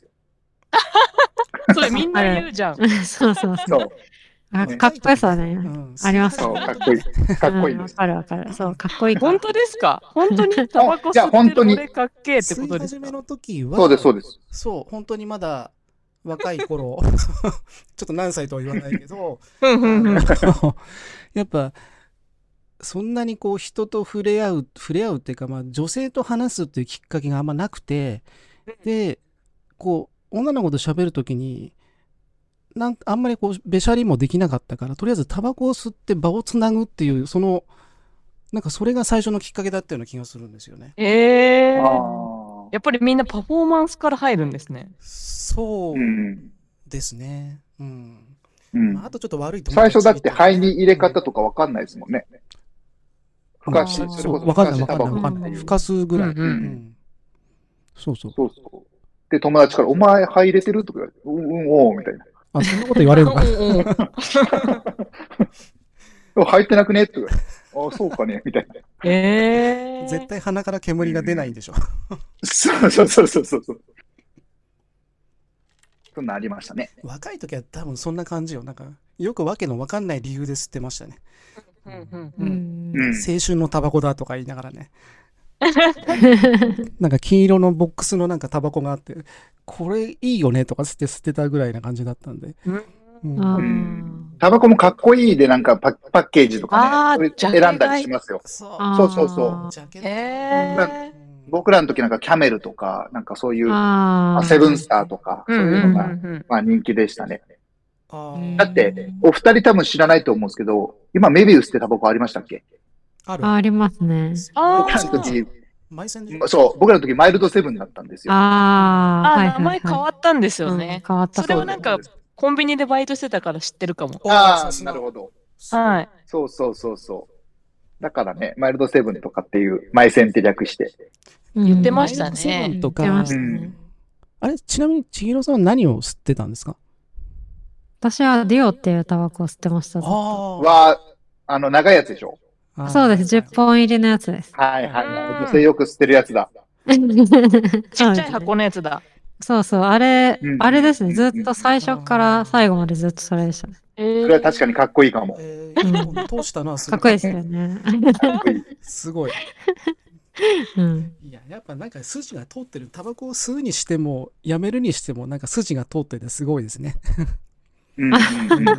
[SPEAKER 3] あ、それみんな言うじゃん。
[SPEAKER 4] そうそうそ
[SPEAKER 2] そう。
[SPEAKER 4] う。あかっこよさね
[SPEAKER 1] う。ん。うん
[SPEAKER 4] あります
[SPEAKER 2] そう、かっこいい。かっこいい
[SPEAKER 4] うん
[SPEAKER 2] で
[SPEAKER 4] わ
[SPEAKER 2] す。
[SPEAKER 4] かるわかる。そう、かっこいいから
[SPEAKER 3] 本当ですか本当にタバコ
[SPEAKER 2] じゃ
[SPEAKER 3] 吸
[SPEAKER 2] あ本
[SPEAKER 3] って
[SPEAKER 2] 当
[SPEAKER 3] る
[SPEAKER 2] に
[SPEAKER 3] 俺かっけえって
[SPEAKER 1] 吸
[SPEAKER 3] こ
[SPEAKER 1] い
[SPEAKER 3] とです
[SPEAKER 1] 始め
[SPEAKER 3] か
[SPEAKER 1] の時は、
[SPEAKER 2] そうです、そうです。
[SPEAKER 1] そう、本当にまだ若い頃、 <laughs> ちょっと何歳とは言わないけど、
[SPEAKER 3] うんうんうん。
[SPEAKER 1] <laughs> やっぱ、そんなにこう人と触れ合う、触れ合うっていうか、まあ女性と話すっていうきっかけがあんまなくて、で、こう、女の子と喋るときに、なんあんまりこう、べしゃりもできなかったから、とりあえずタバコを吸って場をつなぐっていう、その、なんかそれが最初のきっかけだったような気がするんですよね。
[SPEAKER 3] え
[SPEAKER 2] あ
[SPEAKER 3] え
[SPEAKER 2] あ
[SPEAKER 3] ー。やっぱりみんなパフォーマンスから入るんですね。
[SPEAKER 1] そ
[SPEAKER 2] ー。う。
[SPEAKER 1] うんですね。うん。
[SPEAKER 2] うん
[SPEAKER 1] まあ、あとちょっと悪いと
[SPEAKER 2] 最初だって肺に入れ方
[SPEAKER 1] か、
[SPEAKER 2] とかわかんないですもんね。
[SPEAKER 1] う
[SPEAKER 2] ふ
[SPEAKER 1] ん
[SPEAKER 2] かし、
[SPEAKER 4] あー
[SPEAKER 2] それ
[SPEAKER 1] そ
[SPEAKER 2] こ
[SPEAKER 1] う
[SPEAKER 2] そ
[SPEAKER 1] わ
[SPEAKER 2] ふ
[SPEAKER 1] かん
[SPEAKER 2] か
[SPEAKER 1] ない
[SPEAKER 2] し
[SPEAKER 1] わか
[SPEAKER 2] タ
[SPEAKER 1] んない
[SPEAKER 2] バコ
[SPEAKER 1] わか
[SPEAKER 2] っ
[SPEAKER 1] んな
[SPEAKER 2] て
[SPEAKER 1] い。
[SPEAKER 2] い
[SPEAKER 1] ふ
[SPEAKER 2] う。
[SPEAKER 1] かすぐらい。
[SPEAKER 3] うんうん
[SPEAKER 1] うんそうそう。
[SPEAKER 2] そうそう。で、友達から、お前肺入れてるとか言われて、うん、うん、おうみたいな。
[SPEAKER 1] あ、そんなこと言われる <laughs> のか
[SPEAKER 3] うんうん
[SPEAKER 2] 入ってなくねって言われて、あ、そうかねみたいな。
[SPEAKER 3] ええー。
[SPEAKER 1] 絶対鼻から煙が出ないんでしょ。
[SPEAKER 2] そうそうそうそうそう。そんなんありましたね。
[SPEAKER 1] 若い時は多分そんな感じよ。なんか、よくわけのわかんない理由で吸ってましたね。
[SPEAKER 3] うんうん
[SPEAKER 4] う
[SPEAKER 3] うん
[SPEAKER 4] ん
[SPEAKER 2] うん。
[SPEAKER 1] 青春のタバコだとか言いながらね。なんか金色のボックスのなんかタバコがあって、これいいよねとか吸って吸ってたぐらいな感じだったんで。
[SPEAKER 3] うん
[SPEAKER 1] うん
[SPEAKER 4] あ
[SPEAKER 2] うん
[SPEAKER 4] ー
[SPEAKER 2] タバコもかっこいいで、なんかパッパッケージとか
[SPEAKER 3] あー
[SPEAKER 2] ね、
[SPEAKER 3] ジャ
[SPEAKER 2] 選
[SPEAKER 3] ケ買い
[SPEAKER 2] んだりしますよ。
[SPEAKER 1] そう。
[SPEAKER 4] あー
[SPEAKER 2] そうそうそ
[SPEAKER 1] ジャケット
[SPEAKER 3] えー
[SPEAKER 1] うん
[SPEAKER 2] 僕らの時なんかキャメルとか、なんかそういう、
[SPEAKER 4] ああ。
[SPEAKER 2] セブンスターとか、そううんいううの
[SPEAKER 3] んう
[SPEAKER 2] が、
[SPEAKER 3] ん
[SPEAKER 2] まあ人気でしたね。
[SPEAKER 1] あ
[SPEAKER 3] うん。
[SPEAKER 1] ー
[SPEAKER 2] だって、お二人多分知らないと思うんですけど、今メビウスってタバコありましたっけ
[SPEAKER 1] ある
[SPEAKER 4] あありますね。
[SPEAKER 3] あー
[SPEAKER 2] 僕らの時、
[SPEAKER 1] マイセンで
[SPEAKER 2] そう、僕らの時マイルドセブンだったんですよ。
[SPEAKER 4] ああ、はいはい
[SPEAKER 3] あ、
[SPEAKER 4] は
[SPEAKER 3] 名
[SPEAKER 4] い。
[SPEAKER 3] 前変わったんですよ
[SPEAKER 4] うん
[SPEAKER 3] ね。
[SPEAKER 4] 変わった。
[SPEAKER 3] それはなんか、コンビニでバイトしてたから知ってるかも。
[SPEAKER 2] ああ、なるほ
[SPEAKER 1] ど。
[SPEAKER 2] ど。
[SPEAKER 3] はい。
[SPEAKER 2] そうそうそうそう。だからね、マイルドセブンとかっていう、マイセンって略して。
[SPEAKER 4] 言
[SPEAKER 3] ってましたね
[SPEAKER 1] セブンとか
[SPEAKER 4] 言ってました
[SPEAKER 2] う
[SPEAKER 4] ね
[SPEAKER 2] ん。
[SPEAKER 1] あれ、ちなみに千尋さんは何を吸ってたんですか
[SPEAKER 4] 私はディオっていうタバコを吸ってました。
[SPEAKER 1] あ
[SPEAKER 2] は、あの、長いやつでしょ
[SPEAKER 1] あ
[SPEAKER 4] そうです。10本入りのやつです。
[SPEAKER 2] はいはい
[SPEAKER 3] うん
[SPEAKER 2] 女性よく捨てるやつだ。
[SPEAKER 3] <laughs> ち
[SPEAKER 4] ち
[SPEAKER 3] っちゃい箱のやつだ。
[SPEAKER 4] そうそう、あれ
[SPEAKER 2] う、ん
[SPEAKER 4] あれですね。ずっと最初から最後までずっとそれでしたね。
[SPEAKER 2] そ
[SPEAKER 3] それ
[SPEAKER 2] れは確かにかっこいいかも。
[SPEAKER 1] えー、通したのはす
[SPEAKER 4] か
[SPEAKER 1] ご
[SPEAKER 4] っこいい
[SPEAKER 1] い
[SPEAKER 4] で。すよね。
[SPEAKER 2] かっこいい
[SPEAKER 1] すごい。
[SPEAKER 4] うん。
[SPEAKER 1] いや、やっぱなんか筋が通ってる。タバコを吸うにしても、やめるにしても、なんか筋が通っててすごいですね。
[SPEAKER 2] うんうんうん
[SPEAKER 3] <laughs>
[SPEAKER 2] うん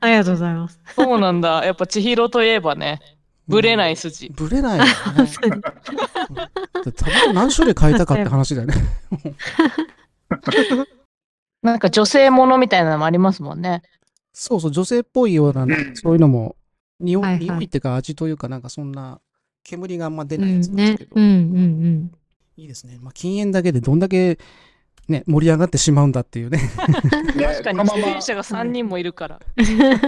[SPEAKER 4] ありがとうございます。
[SPEAKER 3] そうなん <laughs> だ。やっぱ千尋といえばね、ぶれない筋。
[SPEAKER 1] ぶれ
[SPEAKER 4] <laughs>
[SPEAKER 1] ないよね。だってタバコ何種類買いたかって話だよね。
[SPEAKER 3] なんか女性ものみたいなのもありますもんね。
[SPEAKER 1] そうそう、女性っぽいような、
[SPEAKER 2] うん
[SPEAKER 1] そういうのも、匂い、
[SPEAKER 4] はいはい
[SPEAKER 1] 匂いっていうか味というか、なんかそんな、煙があんま出
[SPEAKER 4] う
[SPEAKER 1] ないや
[SPEAKER 4] ん
[SPEAKER 1] つなんです
[SPEAKER 4] ね
[SPEAKER 1] けど、。
[SPEAKER 4] うんうん
[SPEAKER 1] いいですね。まあ、禁煙だけでどんだけ、ね、盛り上がってしまうんだっていうね。
[SPEAKER 2] ね
[SPEAKER 3] 確かに
[SPEAKER 2] この
[SPEAKER 3] 出
[SPEAKER 2] まま
[SPEAKER 3] 演者が3人もいるから。
[SPEAKER 4] うん。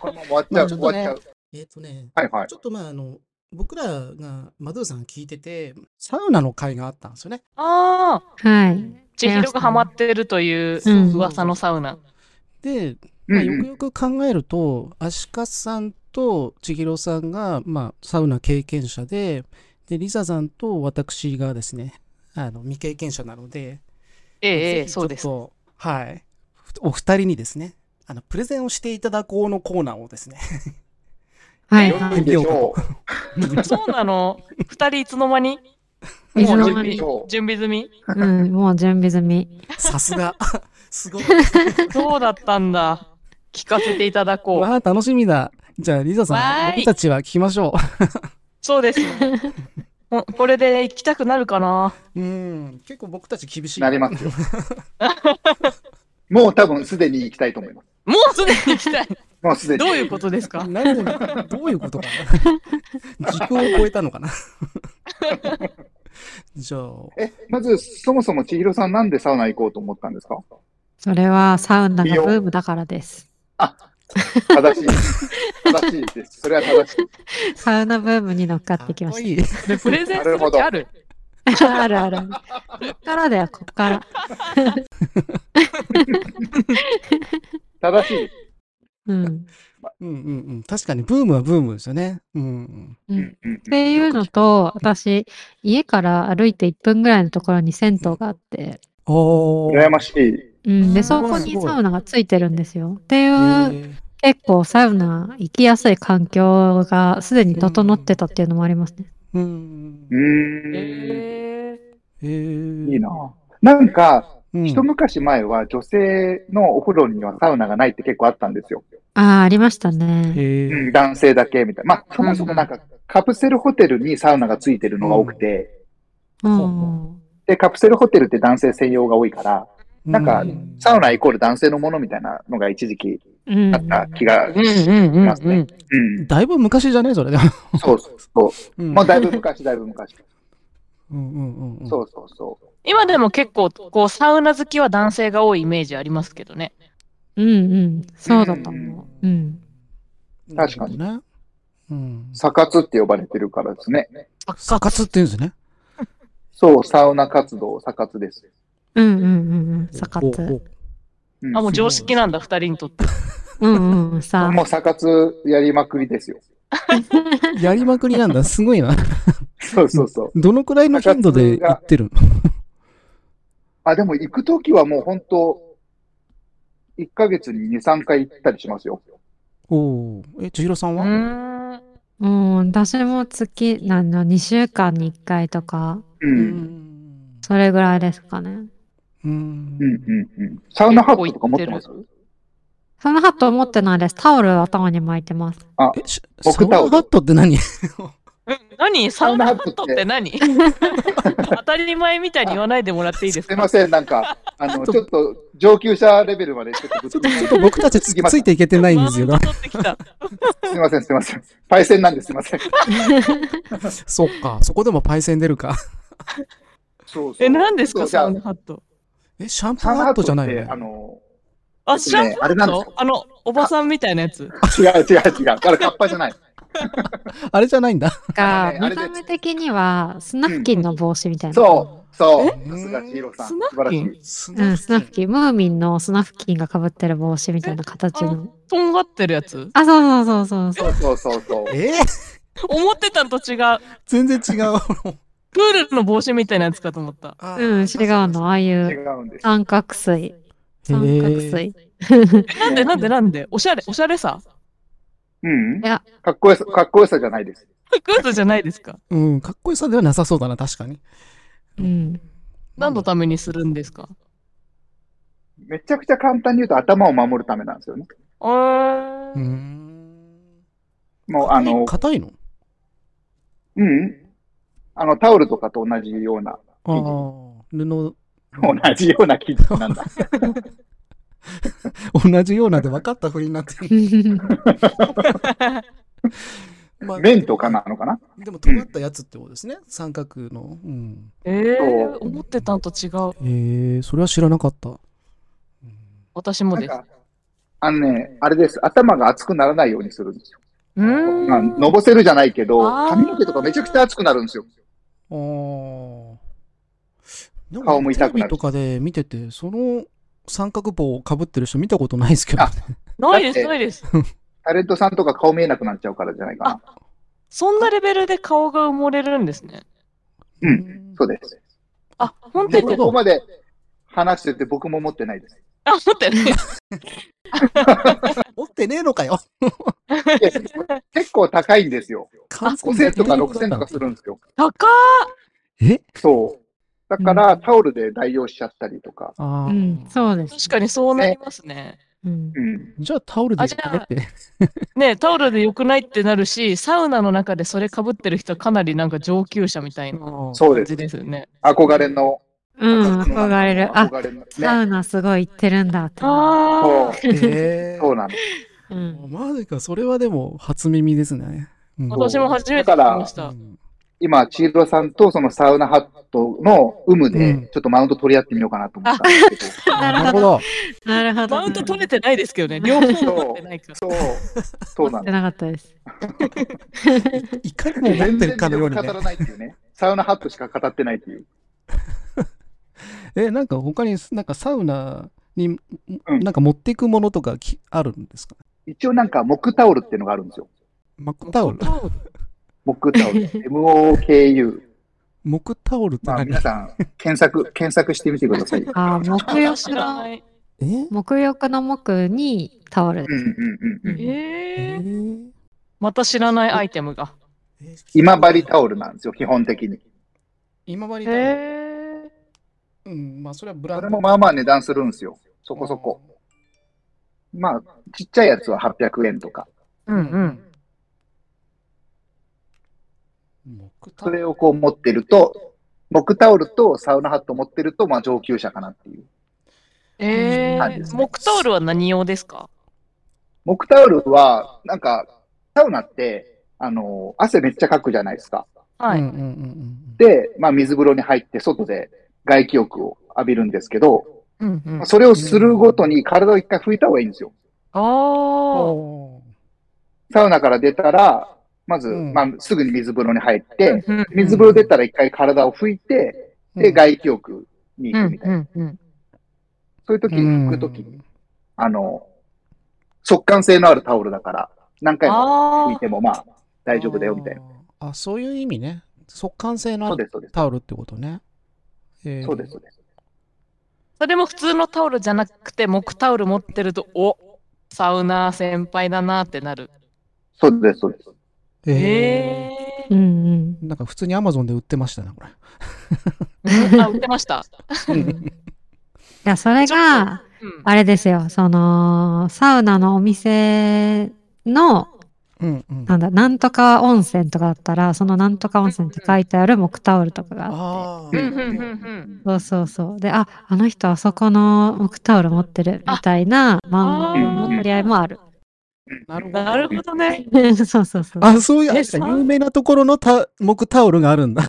[SPEAKER 2] このまま終わっちゃう、
[SPEAKER 1] ちょっ
[SPEAKER 2] 終
[SPEAKER 1] と
[SPEAKER 2] わっ
[SPEAKER 1] ね
[SPEAKER 2] ちゃう。
[SPEAKER 1] えっ、とね、
[SPEAKER 2] はいはい
[SPEAKER 1] ち。ょっとまあ、あの、僕らが、マドゥーさん聞いてて、サウナの会があったんですよね。
[SPEAKER 3] ああ、
[SPEAKER 4] はい。
[SPEAKER 3] 千尋がハマってるという
[SPEAKER 4] うん
[SPEAKER 3] 噂のサウナ。
[SPEAKER 1] で、
[SPEAKER 2] うん
[SPEAKER 1] まあ、
[SPEAKER 2] う
[SPEAKER 1] よく
[SPEAKER 2] ん
[SPEAKER 1] よく考えると、アシカさんと千尋さんが、まあ、サウナ経験者で、で、リザさんと私がですね、あの、未経験者なので、
[SPEAKER 3] えええ
[SPEAKER 1] ぜ
[SPEAKER 3] え、
[SPEAKER 1] ひ
[SPEAKER 3] そうです
[SPEAKER 1] ち。ょっとはい。お二人にですね、あの、プレゼンをしていただこうのコーナーをですね。
[SPEAKER 4] はい
[SPEAKER 2] よ
[SPEAKER 4] は
[SPEAKER 2] く
[SPEAKER 4] い。
[SPEAKER 2] でしょ
[SPEAKER 3] そうなの二人いつの間に
[SPEAKER 4] いつの間に
[SPEAKER 3] もう準備準備済み
[SPEAKER 4] うん、もう準備済み。
[SPEAKER 1] さすが。 <laughs> すごい。
[SPEAKER 3] そうだったんだ。聞かせていただこう。
[SPEAKER 1] わあ、楽しみだ。じゃあ、リザさ
[SPEAKER 3] わー
[SPEAKER 1] ん、
[SPEAKER 3] い
[SPEAKER 1] 僕たちは聞きましょ
[SPEAKER 3] そうですね。もうこれで行きたくなるかな。
[SPEAKER 1] <laughs> う。うん。結構僕たち厳し
[SPEAKER 2] う。
[SPEAKER 1] い。
[SPEAKER 2] なりますよ。もう多分すでに行きたいと思います。
[SPEAKER 3] もうすでに行きたい。
[SPEAKER 2] もうすでに。
[SPEAKER 3] どういうことです <laughs>
[SPEAKER 1] <laughs>
[SPEAKER 3] か
[SPEAKER 1] なんでどういうことか
[SPEAKER 2] <laughs>
[SPEAKER 1] な時空を超えたのかなじゃあ、
[SPEAKER 2] え、まず、そもそも千尋さんなんでサウナ行こうと思ったんですか
[SPEAKER 4] それはサウナがブームだからです。
[SPEAKER 2] 正しい。正しいです。それは正しい。
[SPEAKER 4] サウナブームに乗っかっ
[SPEAKER 1] か
[SPEAKER 4] てき
[SPEAKER 1] っ
[SPEAKER 4] ま
[SPEAKER 1] こ
[SPEAKER 4] し
[SPEAKER 1] いい。
[SPEAKER 3] でプレゼンする気ある
[SPEAKER 4] た。 <laughs> あるあるある。こっからだよ、こっから。
[SPEAKER 2] 正しいです。
[SPEAKER 4] うん。
[SPEAKER 1] うんうんうん。確かに、ブームはブームですよね。うんうん。
[SPEAKER 4] う。
[SPEAKER 2] うん
[SPEAKER 4] っ
[SPEAKER 2] ん
[SPEAKER 4] ていうのと、私、家から歩いて1分ぐらいのところに銭湯があって、
[SPEAKER 1] お
[SPEAKER 2] うん。羨ましい。
[SPEAKER 4] うん、
[SPEAKER 3] う
[SPEAKER 4] で、
[SPEAKER 3] ん
[SPEAKER 4] そこ
[SPEAKER 1] す
[SPEAKER 4] に
[SPEAKER 1] ごい
[SPEAKER 4] サウナがついてるんですよ。っていう、
[SPEAKER 1] えー
[SPEAKER 4] 結構サウナ行きやすい環境がすでに整ってたっていうのもありますね。
[SPEAKER 1] うん
[SPEAKER 2] う。ーん。
[SPEAKER 1] えー
[SPEAKER 2] いいな。なんか、
[SPEAKER 1] うん
[SPEAKER 2] 一昔前は女性のお風呂にはサウナがないって結構あったんですよ。
[SPEAKER 4] ああ、ありましたね。
[SPEAKER 1] へ
[SPEAKER 2] う
[SPEAKER 1] え
[SPEAKER 2] ん、男性だけみたいな。まあ、そもそもなんか、カプセルホテルにサウナがついてるのが多くて、
[SPEAKER 4] うん。
[SPEAKER 2] で、カプセルホテルって男性専用が多いから、なんか
[SPEAKER 1] う
[SPEAKER 2] サウナイコール男性のものみたいなのが一時期
[SPEAKER 4] うん
[SPEAKER 2] あった気が
[SPEAKER 3] うんうんうん
[SPEAKER 2] ます
[SPEAKER 3] う
[SPEAKER 2] ね
[SPEAKER 3] ん。。
[SPEAKER 2] うん。
[SPEAKER 1] だいぶ昔じゃないそれでも。
[SPEAKER 2] そうそうそうう。
[SPEAKER 1] ん
[SPEAKER 2] もうだいぶ昔、だいぶ昔。
[SPEAKER 1] うんうんうんうん。
[SPEAKER 2] そうそうそう。
[SPEAKER 3] 今でも結構、こう、サウナ好きは男性が多いイメージありますけどね。
[SPEAKER 4] うんうん。そうだと思う。うん。
[SPEAKER 2] 確かに
[SPEAKER 1] なるほどね。うん。
[SPEAKER 2] サカツって呼ばれてるからですね。
[SPEAKER 1] サカツって言うんですね。
[SPEAKER 2] そう、サウナ活動、サカツです。
[SPEAKER 4] うんうんうんうん。サカ
[SPEAKER 1] お
[SPEAKER 4] ツ。
[SPEAKER 1] お
[SPEAKER 2] うん
[SPEAKER 3] あ、もう常識なんだ、二人にとって。
[SPEAKER 4] うんうん。さ
[SPEAKER 2] もうサカツやりまくりですよ。
[SPEAKER 1] やりまくりなんだ。すごいな。 <laughs>
[SPEAKER 2] そうそうそう。
[SPEAKER 1] どのくらいの頻度で行ってるの
[SPEAKER 2] あ、でも行くときはもう本当、1ヶ月に2、3回行ったりしますよ。
[SPEAKER 1] おおー。え、千尋さん
[SPEAKER 3] う
[SPEAKER 1] は
[SPEAKER 3] ーん。
[SPEAKER 4] うん、私も月、なんだ、2週間に1回とか、
[SPEAKER 2] う。
[SPEAKER 1] うんん。
[SPEAKER 4] それぐらいですかね。
[SPEAKER 1] う
[SPEAKER 2] う
[SPEAKER 1] ん。
[SPEAKER 2] んうんうん。サウナハットとか持ってます
[SPEAKER 4] そのハット持ってないです。タオルを頭に巻いてます。
[SPEAKER 1] え、しサ
[SPEAKER 2] 僕
[SPEAKER 1] ウ
[SPEAKER 2] タ
[SPEAKER 1] ナ
[SPEAKER 2] オル
[SPEAKER 1] ハットって何 <laughs>
[SPEAKER 3] うん何サウナハットって何当たり前みたいに言わないでもらっていいです
[SPEAKER 2] すい
[SPEAKER 3] か
[SPEAKER 2] ません、なんか、あの、ちょっと上級者レベルまでちょっと
[SPEAKER 1] ちょっと、ちょっと僕たちつついていけてないんですよ
[SPEAKER 3] マウ
[SPEAKER 1] な
[SPEAKER 3] ン。ト取ってきた。
[SPEAKER 2] すいません、すいません。パイセンなんです、すいません。
[SPEAKER 1] そっか。そこでもパイセン出るか。
[SPEAKER 2] そうそう
[SPEAKER 3] え、何です
[SPEAKER 2] そ
[SPEAKER 3] か
[SPEAKER 2] うじゃあ
[SPEAKER 3] サウナハット。
[SPEAKER 1] え、シャンプ
[SPEAKER 2] サ
[SPEAKER 1] ー
[SPEAKER 2] ウナ
[SPEAKER 1] ハ
[SPEAKER 2] ハ
[SPEAKER 1] ッ
[SPEAKER 2] ット
[SPEAKER 1] ト
[SPEAKER 2] っ
[SPEAKER 1] じゃない
[SPEAKER 2] て、
[SPEAKER 1] よ
[SPEAKER 2] あ
[SPEAKER 1] ね。
[SPEAKER 2] の、
[SPEAKER 3] あ、シャン
[SPEAKER 2] ねあれ
[SPEAKER 3] プ
[SPEAKER 2] なん
[SPEAKER 3] ー
[SPEAKER 2] で
[SPEAKER 3] ハ
[SPEAKER 2] す
[SPEAKER 3] ッ
[SPEAKER 2] よ
[SPEAKER 3] トあの、おばさんみたいなやつ。
[SPEAKER 2] 違う違う違う。あれ、カッパじゃない。
[SPEAKER 1] あれじゃないんだ。
[SPEAKER 4] が、
[SPEAKER 2] あれあれ
[SPEAKER 4] 見た目的には、スナフキンの帽子みたいな。
[SPEAKER 2] そう、そう。
[SPEAKER 1] え
[SPEAKER 2] さすが千尋さん。
[SPEAKER 3] ス
[SPEAKER 2] 素
[SPEAKER 3] ナッキン
[SPEAKER 2] 晴らしい。
[SPEAKER 1] ス
[SPEAKER 4] うん、スナフキン。ムーミンのスナフキンが被ってる帽子みたいな形
[SPEAKER 3] あ
[SPEAKER 4] の
[SPEAKER 3] の。とんがってるやつ。
[SPEAKER 4] あ、そうそうそうそうそ
[SPEAKER 2] そうそうそうそう。
[SPEAKER 1] え <laughs> ー
[SPEAKER 3] 思ってたんと違う。
[SPEAKER 1] 全然違う。
[SPEAKER 3] プールの帽子みたいなやつかと思った。
[SPEAKER 1] あ
[SPEAKER 4] う。うん、違うの。ああい
[SPEAKER 2] 違
[SPEAKER 4] う
[SPEAKER 2] うんです。
[SPEAKER 4] 三角錐。三角錐。
[SPEAKER 3] え、なんでなんでなんでおしゃれ、おしゃれさ。
[SPEAKER 2] うん
[SPEAKER 4] いや
[SPEAKER 2] かっこよさ、かっこよさじゃないです。
[SPEAKER 3] っこよさじゃないですか。
[SPEAKER 1] うん、かっこよさではなさそうだな、確かに。
[SPEAKER 4] うん。
[SPEAKER 3] 何のためにするんですか
[SPEAKER 2] めちゃくちゃ簡単に言うと頭を守るためなんですよね。
[SPEAKER 3] うー。
[SPEAKER 1] うんん。
[SPEAKER 2] もうあの、
[SPEAKER 1] 硬いの
[SPEAKER 2] うんうん。あの、タオルとかと同じような、
[SPEAKER 1] ああ、布、
[SPEAKER 2] 同じような生地なん
[SPEAKER 3] <laughs>
[SPEAKER 2] だ。
[SPEAKER 1] 同じようなで分かったふりになって
[SPEAKER 2] <laughs>
[SPEAKER 1] る。まあ
[SPEAKER 2] 面とかなのかな
[SPEAKER 1] でも尖ったやつってことですね。三角の。うん。
[SPEAKER 3] えー
[SPEAKER 2] そう、
[SPEAKER 3] 思ってたんと違う。
[SPEAKER 1] ええそれは知らなかった。うん
[SPEAKER 3] 私も
[SPEAKER 2] なん
[SPEAKER 3] です。
[SPEAKER 2] か、あのね、あれです。頭が熱くならないようにするんですよ。
[SPEAKER 3] うーん。
[SPEAKER 2] まあ、のぼせるじゃないけど、
[SPEAKER 3] あー
[SPEAKER 2] 髪の毛とかめちゃくちゃ熱くなるんですよ。
[SPEAKER 1] ああ。
[SPEAKER 2] 顔も痛くな
[SPEAKER 1] テレビ
[SPEAKER 2] る
[SPEAKER 1] とかで見てて、その三角棒をかぶってる人見たことないですけどね。
[SPEAKER 3] ないで
[SPEAKER 2] だっ
[SPEAKER 3] す、
[SPEAKER 2] て
[SPEAKER 3] ないです。
[SPEAKER 2] タレントさんとか顔見えなくなっちゃうからじゃないかな。
[SPEAKER 3] そんなレベルで顔が埋もれるんですね。
[SPEAKER 2] うんそうです。
[SPEAKER 3] あ、本
[SPEAKER 2] で、
[SPEAKER 3] 体っ
[SPEAKER 1] なるほ
[SPEAKER 2] こ
[SPEAKER 3] て、
[SPEAKER 1] ど
[SPEAKER 2] こまで話してて僕も持ってないです。
[SPEAKER 3] あ、持ってない。
[SPEAKER 1] 持ってねえのかよ。
[SPEAKER 2] いや結構高いんですよ。
[SPEAKER 1] 完全に
[SPEAKER 2] 5000とか6000とかするんですよ。
[SPEAKER 3] 高っ
[SPEAKER 1] え
[SPEAKER 2] そう。だから、タオルで代用しちゃったりとか。
[SPEAKER 1] ああ、
[SPEAKER 4] <laughs> うん、そうです。
[SPEAKER 3] 確かにそうなりますね。
[SPEAKER 4] うん。
[SPEAKER 2] うん。
[SPEAKER 1] じゃあタオルで
[SPEAKER 3] あじゃあ
[SPEAKER 1] やめて。
[SPEAKER 3] ねタオルで良くないってなるし、サウナの中でそれ被ってる人はかなりなんか上級者みたいな
[SPEAKER 1] そう。
[SPEAKER 2] そう
[SPEAKER 3] 感
[SPEAKER 2] です。
[SPEAKER 3] じですよね。
[SPEAKER 2] 憧れの。
[SPEAKER 4] うん、憧れる。あ、
[SPEAKER 2] 憧れのね
[SPEAKER 4] サウナすごい行ってるんだって。
[SPEAKER 3] あ
[SPEAKER 2] そ
[SPEAKER 3] あ、
[SPEAKER 1] え
[SPEAKER 2] う。
[SPEAKER 1] え
[SPEAKER 2] そうなの。
[SPEAKER 4] うん。
[SPEAKER 1] マジか、それはでも初耳ですね。うん
[SPEAKER 3] 私も初めて
[SPEAKER 2] だ
[SPEAKER 3] 聞
[SPEAKER 2] から
[SPEAKER 3] きました。
[SPEAKER 1] うん
[SPEAKER 2] 今、千尋さんとそのサウナハットの有無
[SPEAKER 1] うん
[SPEAKER 2] で、ちょっとマウント取り合ってみようかなと思ったんです
[SPEAKER 1] <laughs>
[SPEAKER 2] けど。
[SPEAKER 4] なるほど。
[SPEAKER 1] ど。
[SPEAKER 4] なるほど。
[SPEAKER 3] マウント取れてないですけどね。両方持ってないから。
[SPEAKER 2] そう、そうな
[SPEAKER 4] 持って
[SPEAKER 2] の。
[SPEAKER 4] なかったです。
[SPEAKER 1] いかにも持ってるかのように
[SPEAKER 2] 全然魅力
[SPEAKER 1] ね
[SPEAKER 2] 語。らないっていうね。サウナハットしか語ってないっていう。
[SPEAKER 1] え、なんか他に、なんかサウナに、
[SPEAKER 2] うん
[SPEAKER 1] なんか持っていくものとかきあるんですか
[SPEAKER 2] 一応なんか、木タオルっていうのがあるんですよ。
[SPEAKER 1] マックタオル
[SPEAKER 2] 木タ
[SPEAKER 1] <laughs>
[SPEAKER 2] オル。MOKU。
[SPEAKER 1] 木タオルって
[SPEAKER 2] まあ、
[SPEAKER 1] 何、
[SPEAKER 2] 皆さん、検索、検索してみてくだ
[SPEAKER 1] <laughs>
[SPEAKER 2] さい。うん
[SPEAKER 4] あ、木浴
[SPEAKER 3] 知らな
[SPEAKER 4] の、
[SPEAKER 3] い。
[SPEAKER 1] え
[SPEAKER 4] 木浴の木にタオル
[SPEAKER 2] う
[SPEAKER 4] で
[SPEAKER 2] んう
[SPEAKER 4] す。
[SPEAKER 2] んうん。
[SPEAKER 4] うん
[SPEAKER 1] え
[SPEAKER 3] えー、
[SPEAKER 1] ー
[SPEAKER 3] また知らないアイテムが。
[SPEAKER 1] え
[SPEAKER 2] 今治タオルなんですよ、基本的に。
[SPEAKER 1] 今治
[SPEAKER 3] え
[SPEAKER 1] タオル。う
[SPEAKER 3] ー、
[SPEAKER 1] ん、まあそれはブラ
[SPEAKER 2] そ
[SPEAKER 1] ンド。
[SPEAKER 2] れもまあまあ値段するんですよ。そこそこ。まあ、ちっちゃいやつは800円とか。
[SPEAKER 3] うんうん。
[SPEAKER 1] 木タオ
[SPEAKER 2] そ
[SPEAKER 1] ル。
[SPEAKER 2] れをこう持ってると、木タオルとサウナハット持ってると、まあ上級者かなっていう。
[SPEAKER 3] え
[SPEAKER 2] はい
[SPEAKER 3] ー、木タオルは何用ですか
[SPEAKER 2] 木タオルは、なんか、サウナって、あの、汗めっちゃかくじゃないですか。
[SPEAKER 3] はい。
[SPEAKER 1] うんうんうんうん。
[SPEAKER 2] で、まあ水風呂に入って外で外気浴を浴びるんですけど、
[SPEAKER 3] うんうん、あ
[SPEAKER 2] それをするごとに体を一回拭いた方がいいんですよ。
[SPEAKER 3] あー、
[SPEAKER 1] おー
[SPEAKER 2] サウナから出たら、まず、
[SPEAKER 1] うん
[SPEAKER 2] まあ、すぐに水風呂に入って、
[SPEAKER 3] うん
[SPEAKER 2] 水風呂出たら一回体を拭いて、で、外気浴に
[SPEAKER 3] う
[SPEAKER 2] 行く
[SPEAKER 3] ん
[SPEAKER 2] みたいな。
[SPEAKER 3] うんうん。
[SPEAKER 2] そういう時、
[SPEAKER 1] うん
[SPEAKER 2] 拭く時に、あの、速乾性のあるタオルだから、何回も
[SPEAKER 3] あ
[SPEAKER 2] 拭い
[SPEAKER 3] あ、
[SPEAKER 2] てもまあ、大丈夫だよみたいな。
[SPEAKER 1] な。あ、そういう意味ね。速乾性の
[SPEAKER 2] そ
[SPEAKER 1] あ
[SPEAKER 2] うで
[SPEAKER 1] る
[SPEAKER 2] す、そうです。
[SPEAKER 1] タオルってことね。えー
[SPEAKER 2] そうです、そうです。
[SPEAKER 3] それも普通のタオルじゃなくて、木タオル持ってると、おサウナー先輩だなってなる。
[SPEAKER 2] そうです、そうです。
[SPEAKER 1] え
[SPEAKER 3] え
[SPEAKER 4] う
[SPEAKER 3] ー。
[SPEAKER 4] んうん。
[SPEAKER 1] ー。なんか普通に Amazon で売ってましたね、これ。
[SPEAKER 3] あ、売ってました。
[SPEAKER 4] いや、それが、
[SPEAKER 3] うん、
[SPEAKER 4] あれですよ、その、サウナのお店の、
[SPEAKER 1] うんうん。
[SPEAKER 4] なんだ、なんとか温泉とかだったら、そのなんとか温泉って書いてある木タオルとかがあって。
[SPEAKER 1] あ
[SPEAKER 3] う
[SPEAKER 1] ー
[SPEAKER 3] んうんうんうん。
[SPEAKER 4] そうそうそう。で、あ、あの人あそこの木タオル持ってるみたいな漫画の取り合いもある。 <laughs>
[SPEAKER 1] なるほ
[SPEAKER 3] なるほどね。
[SPEAKER 4] そうそうそう。
[SPEAKER 1] あ、そういう、あ
[SPEAKER 3] え
[SPEAKER 1] れか
[SPEAKER 3] さ
[SPEAKER 1] 有名なところのた木タオルがあるんだ。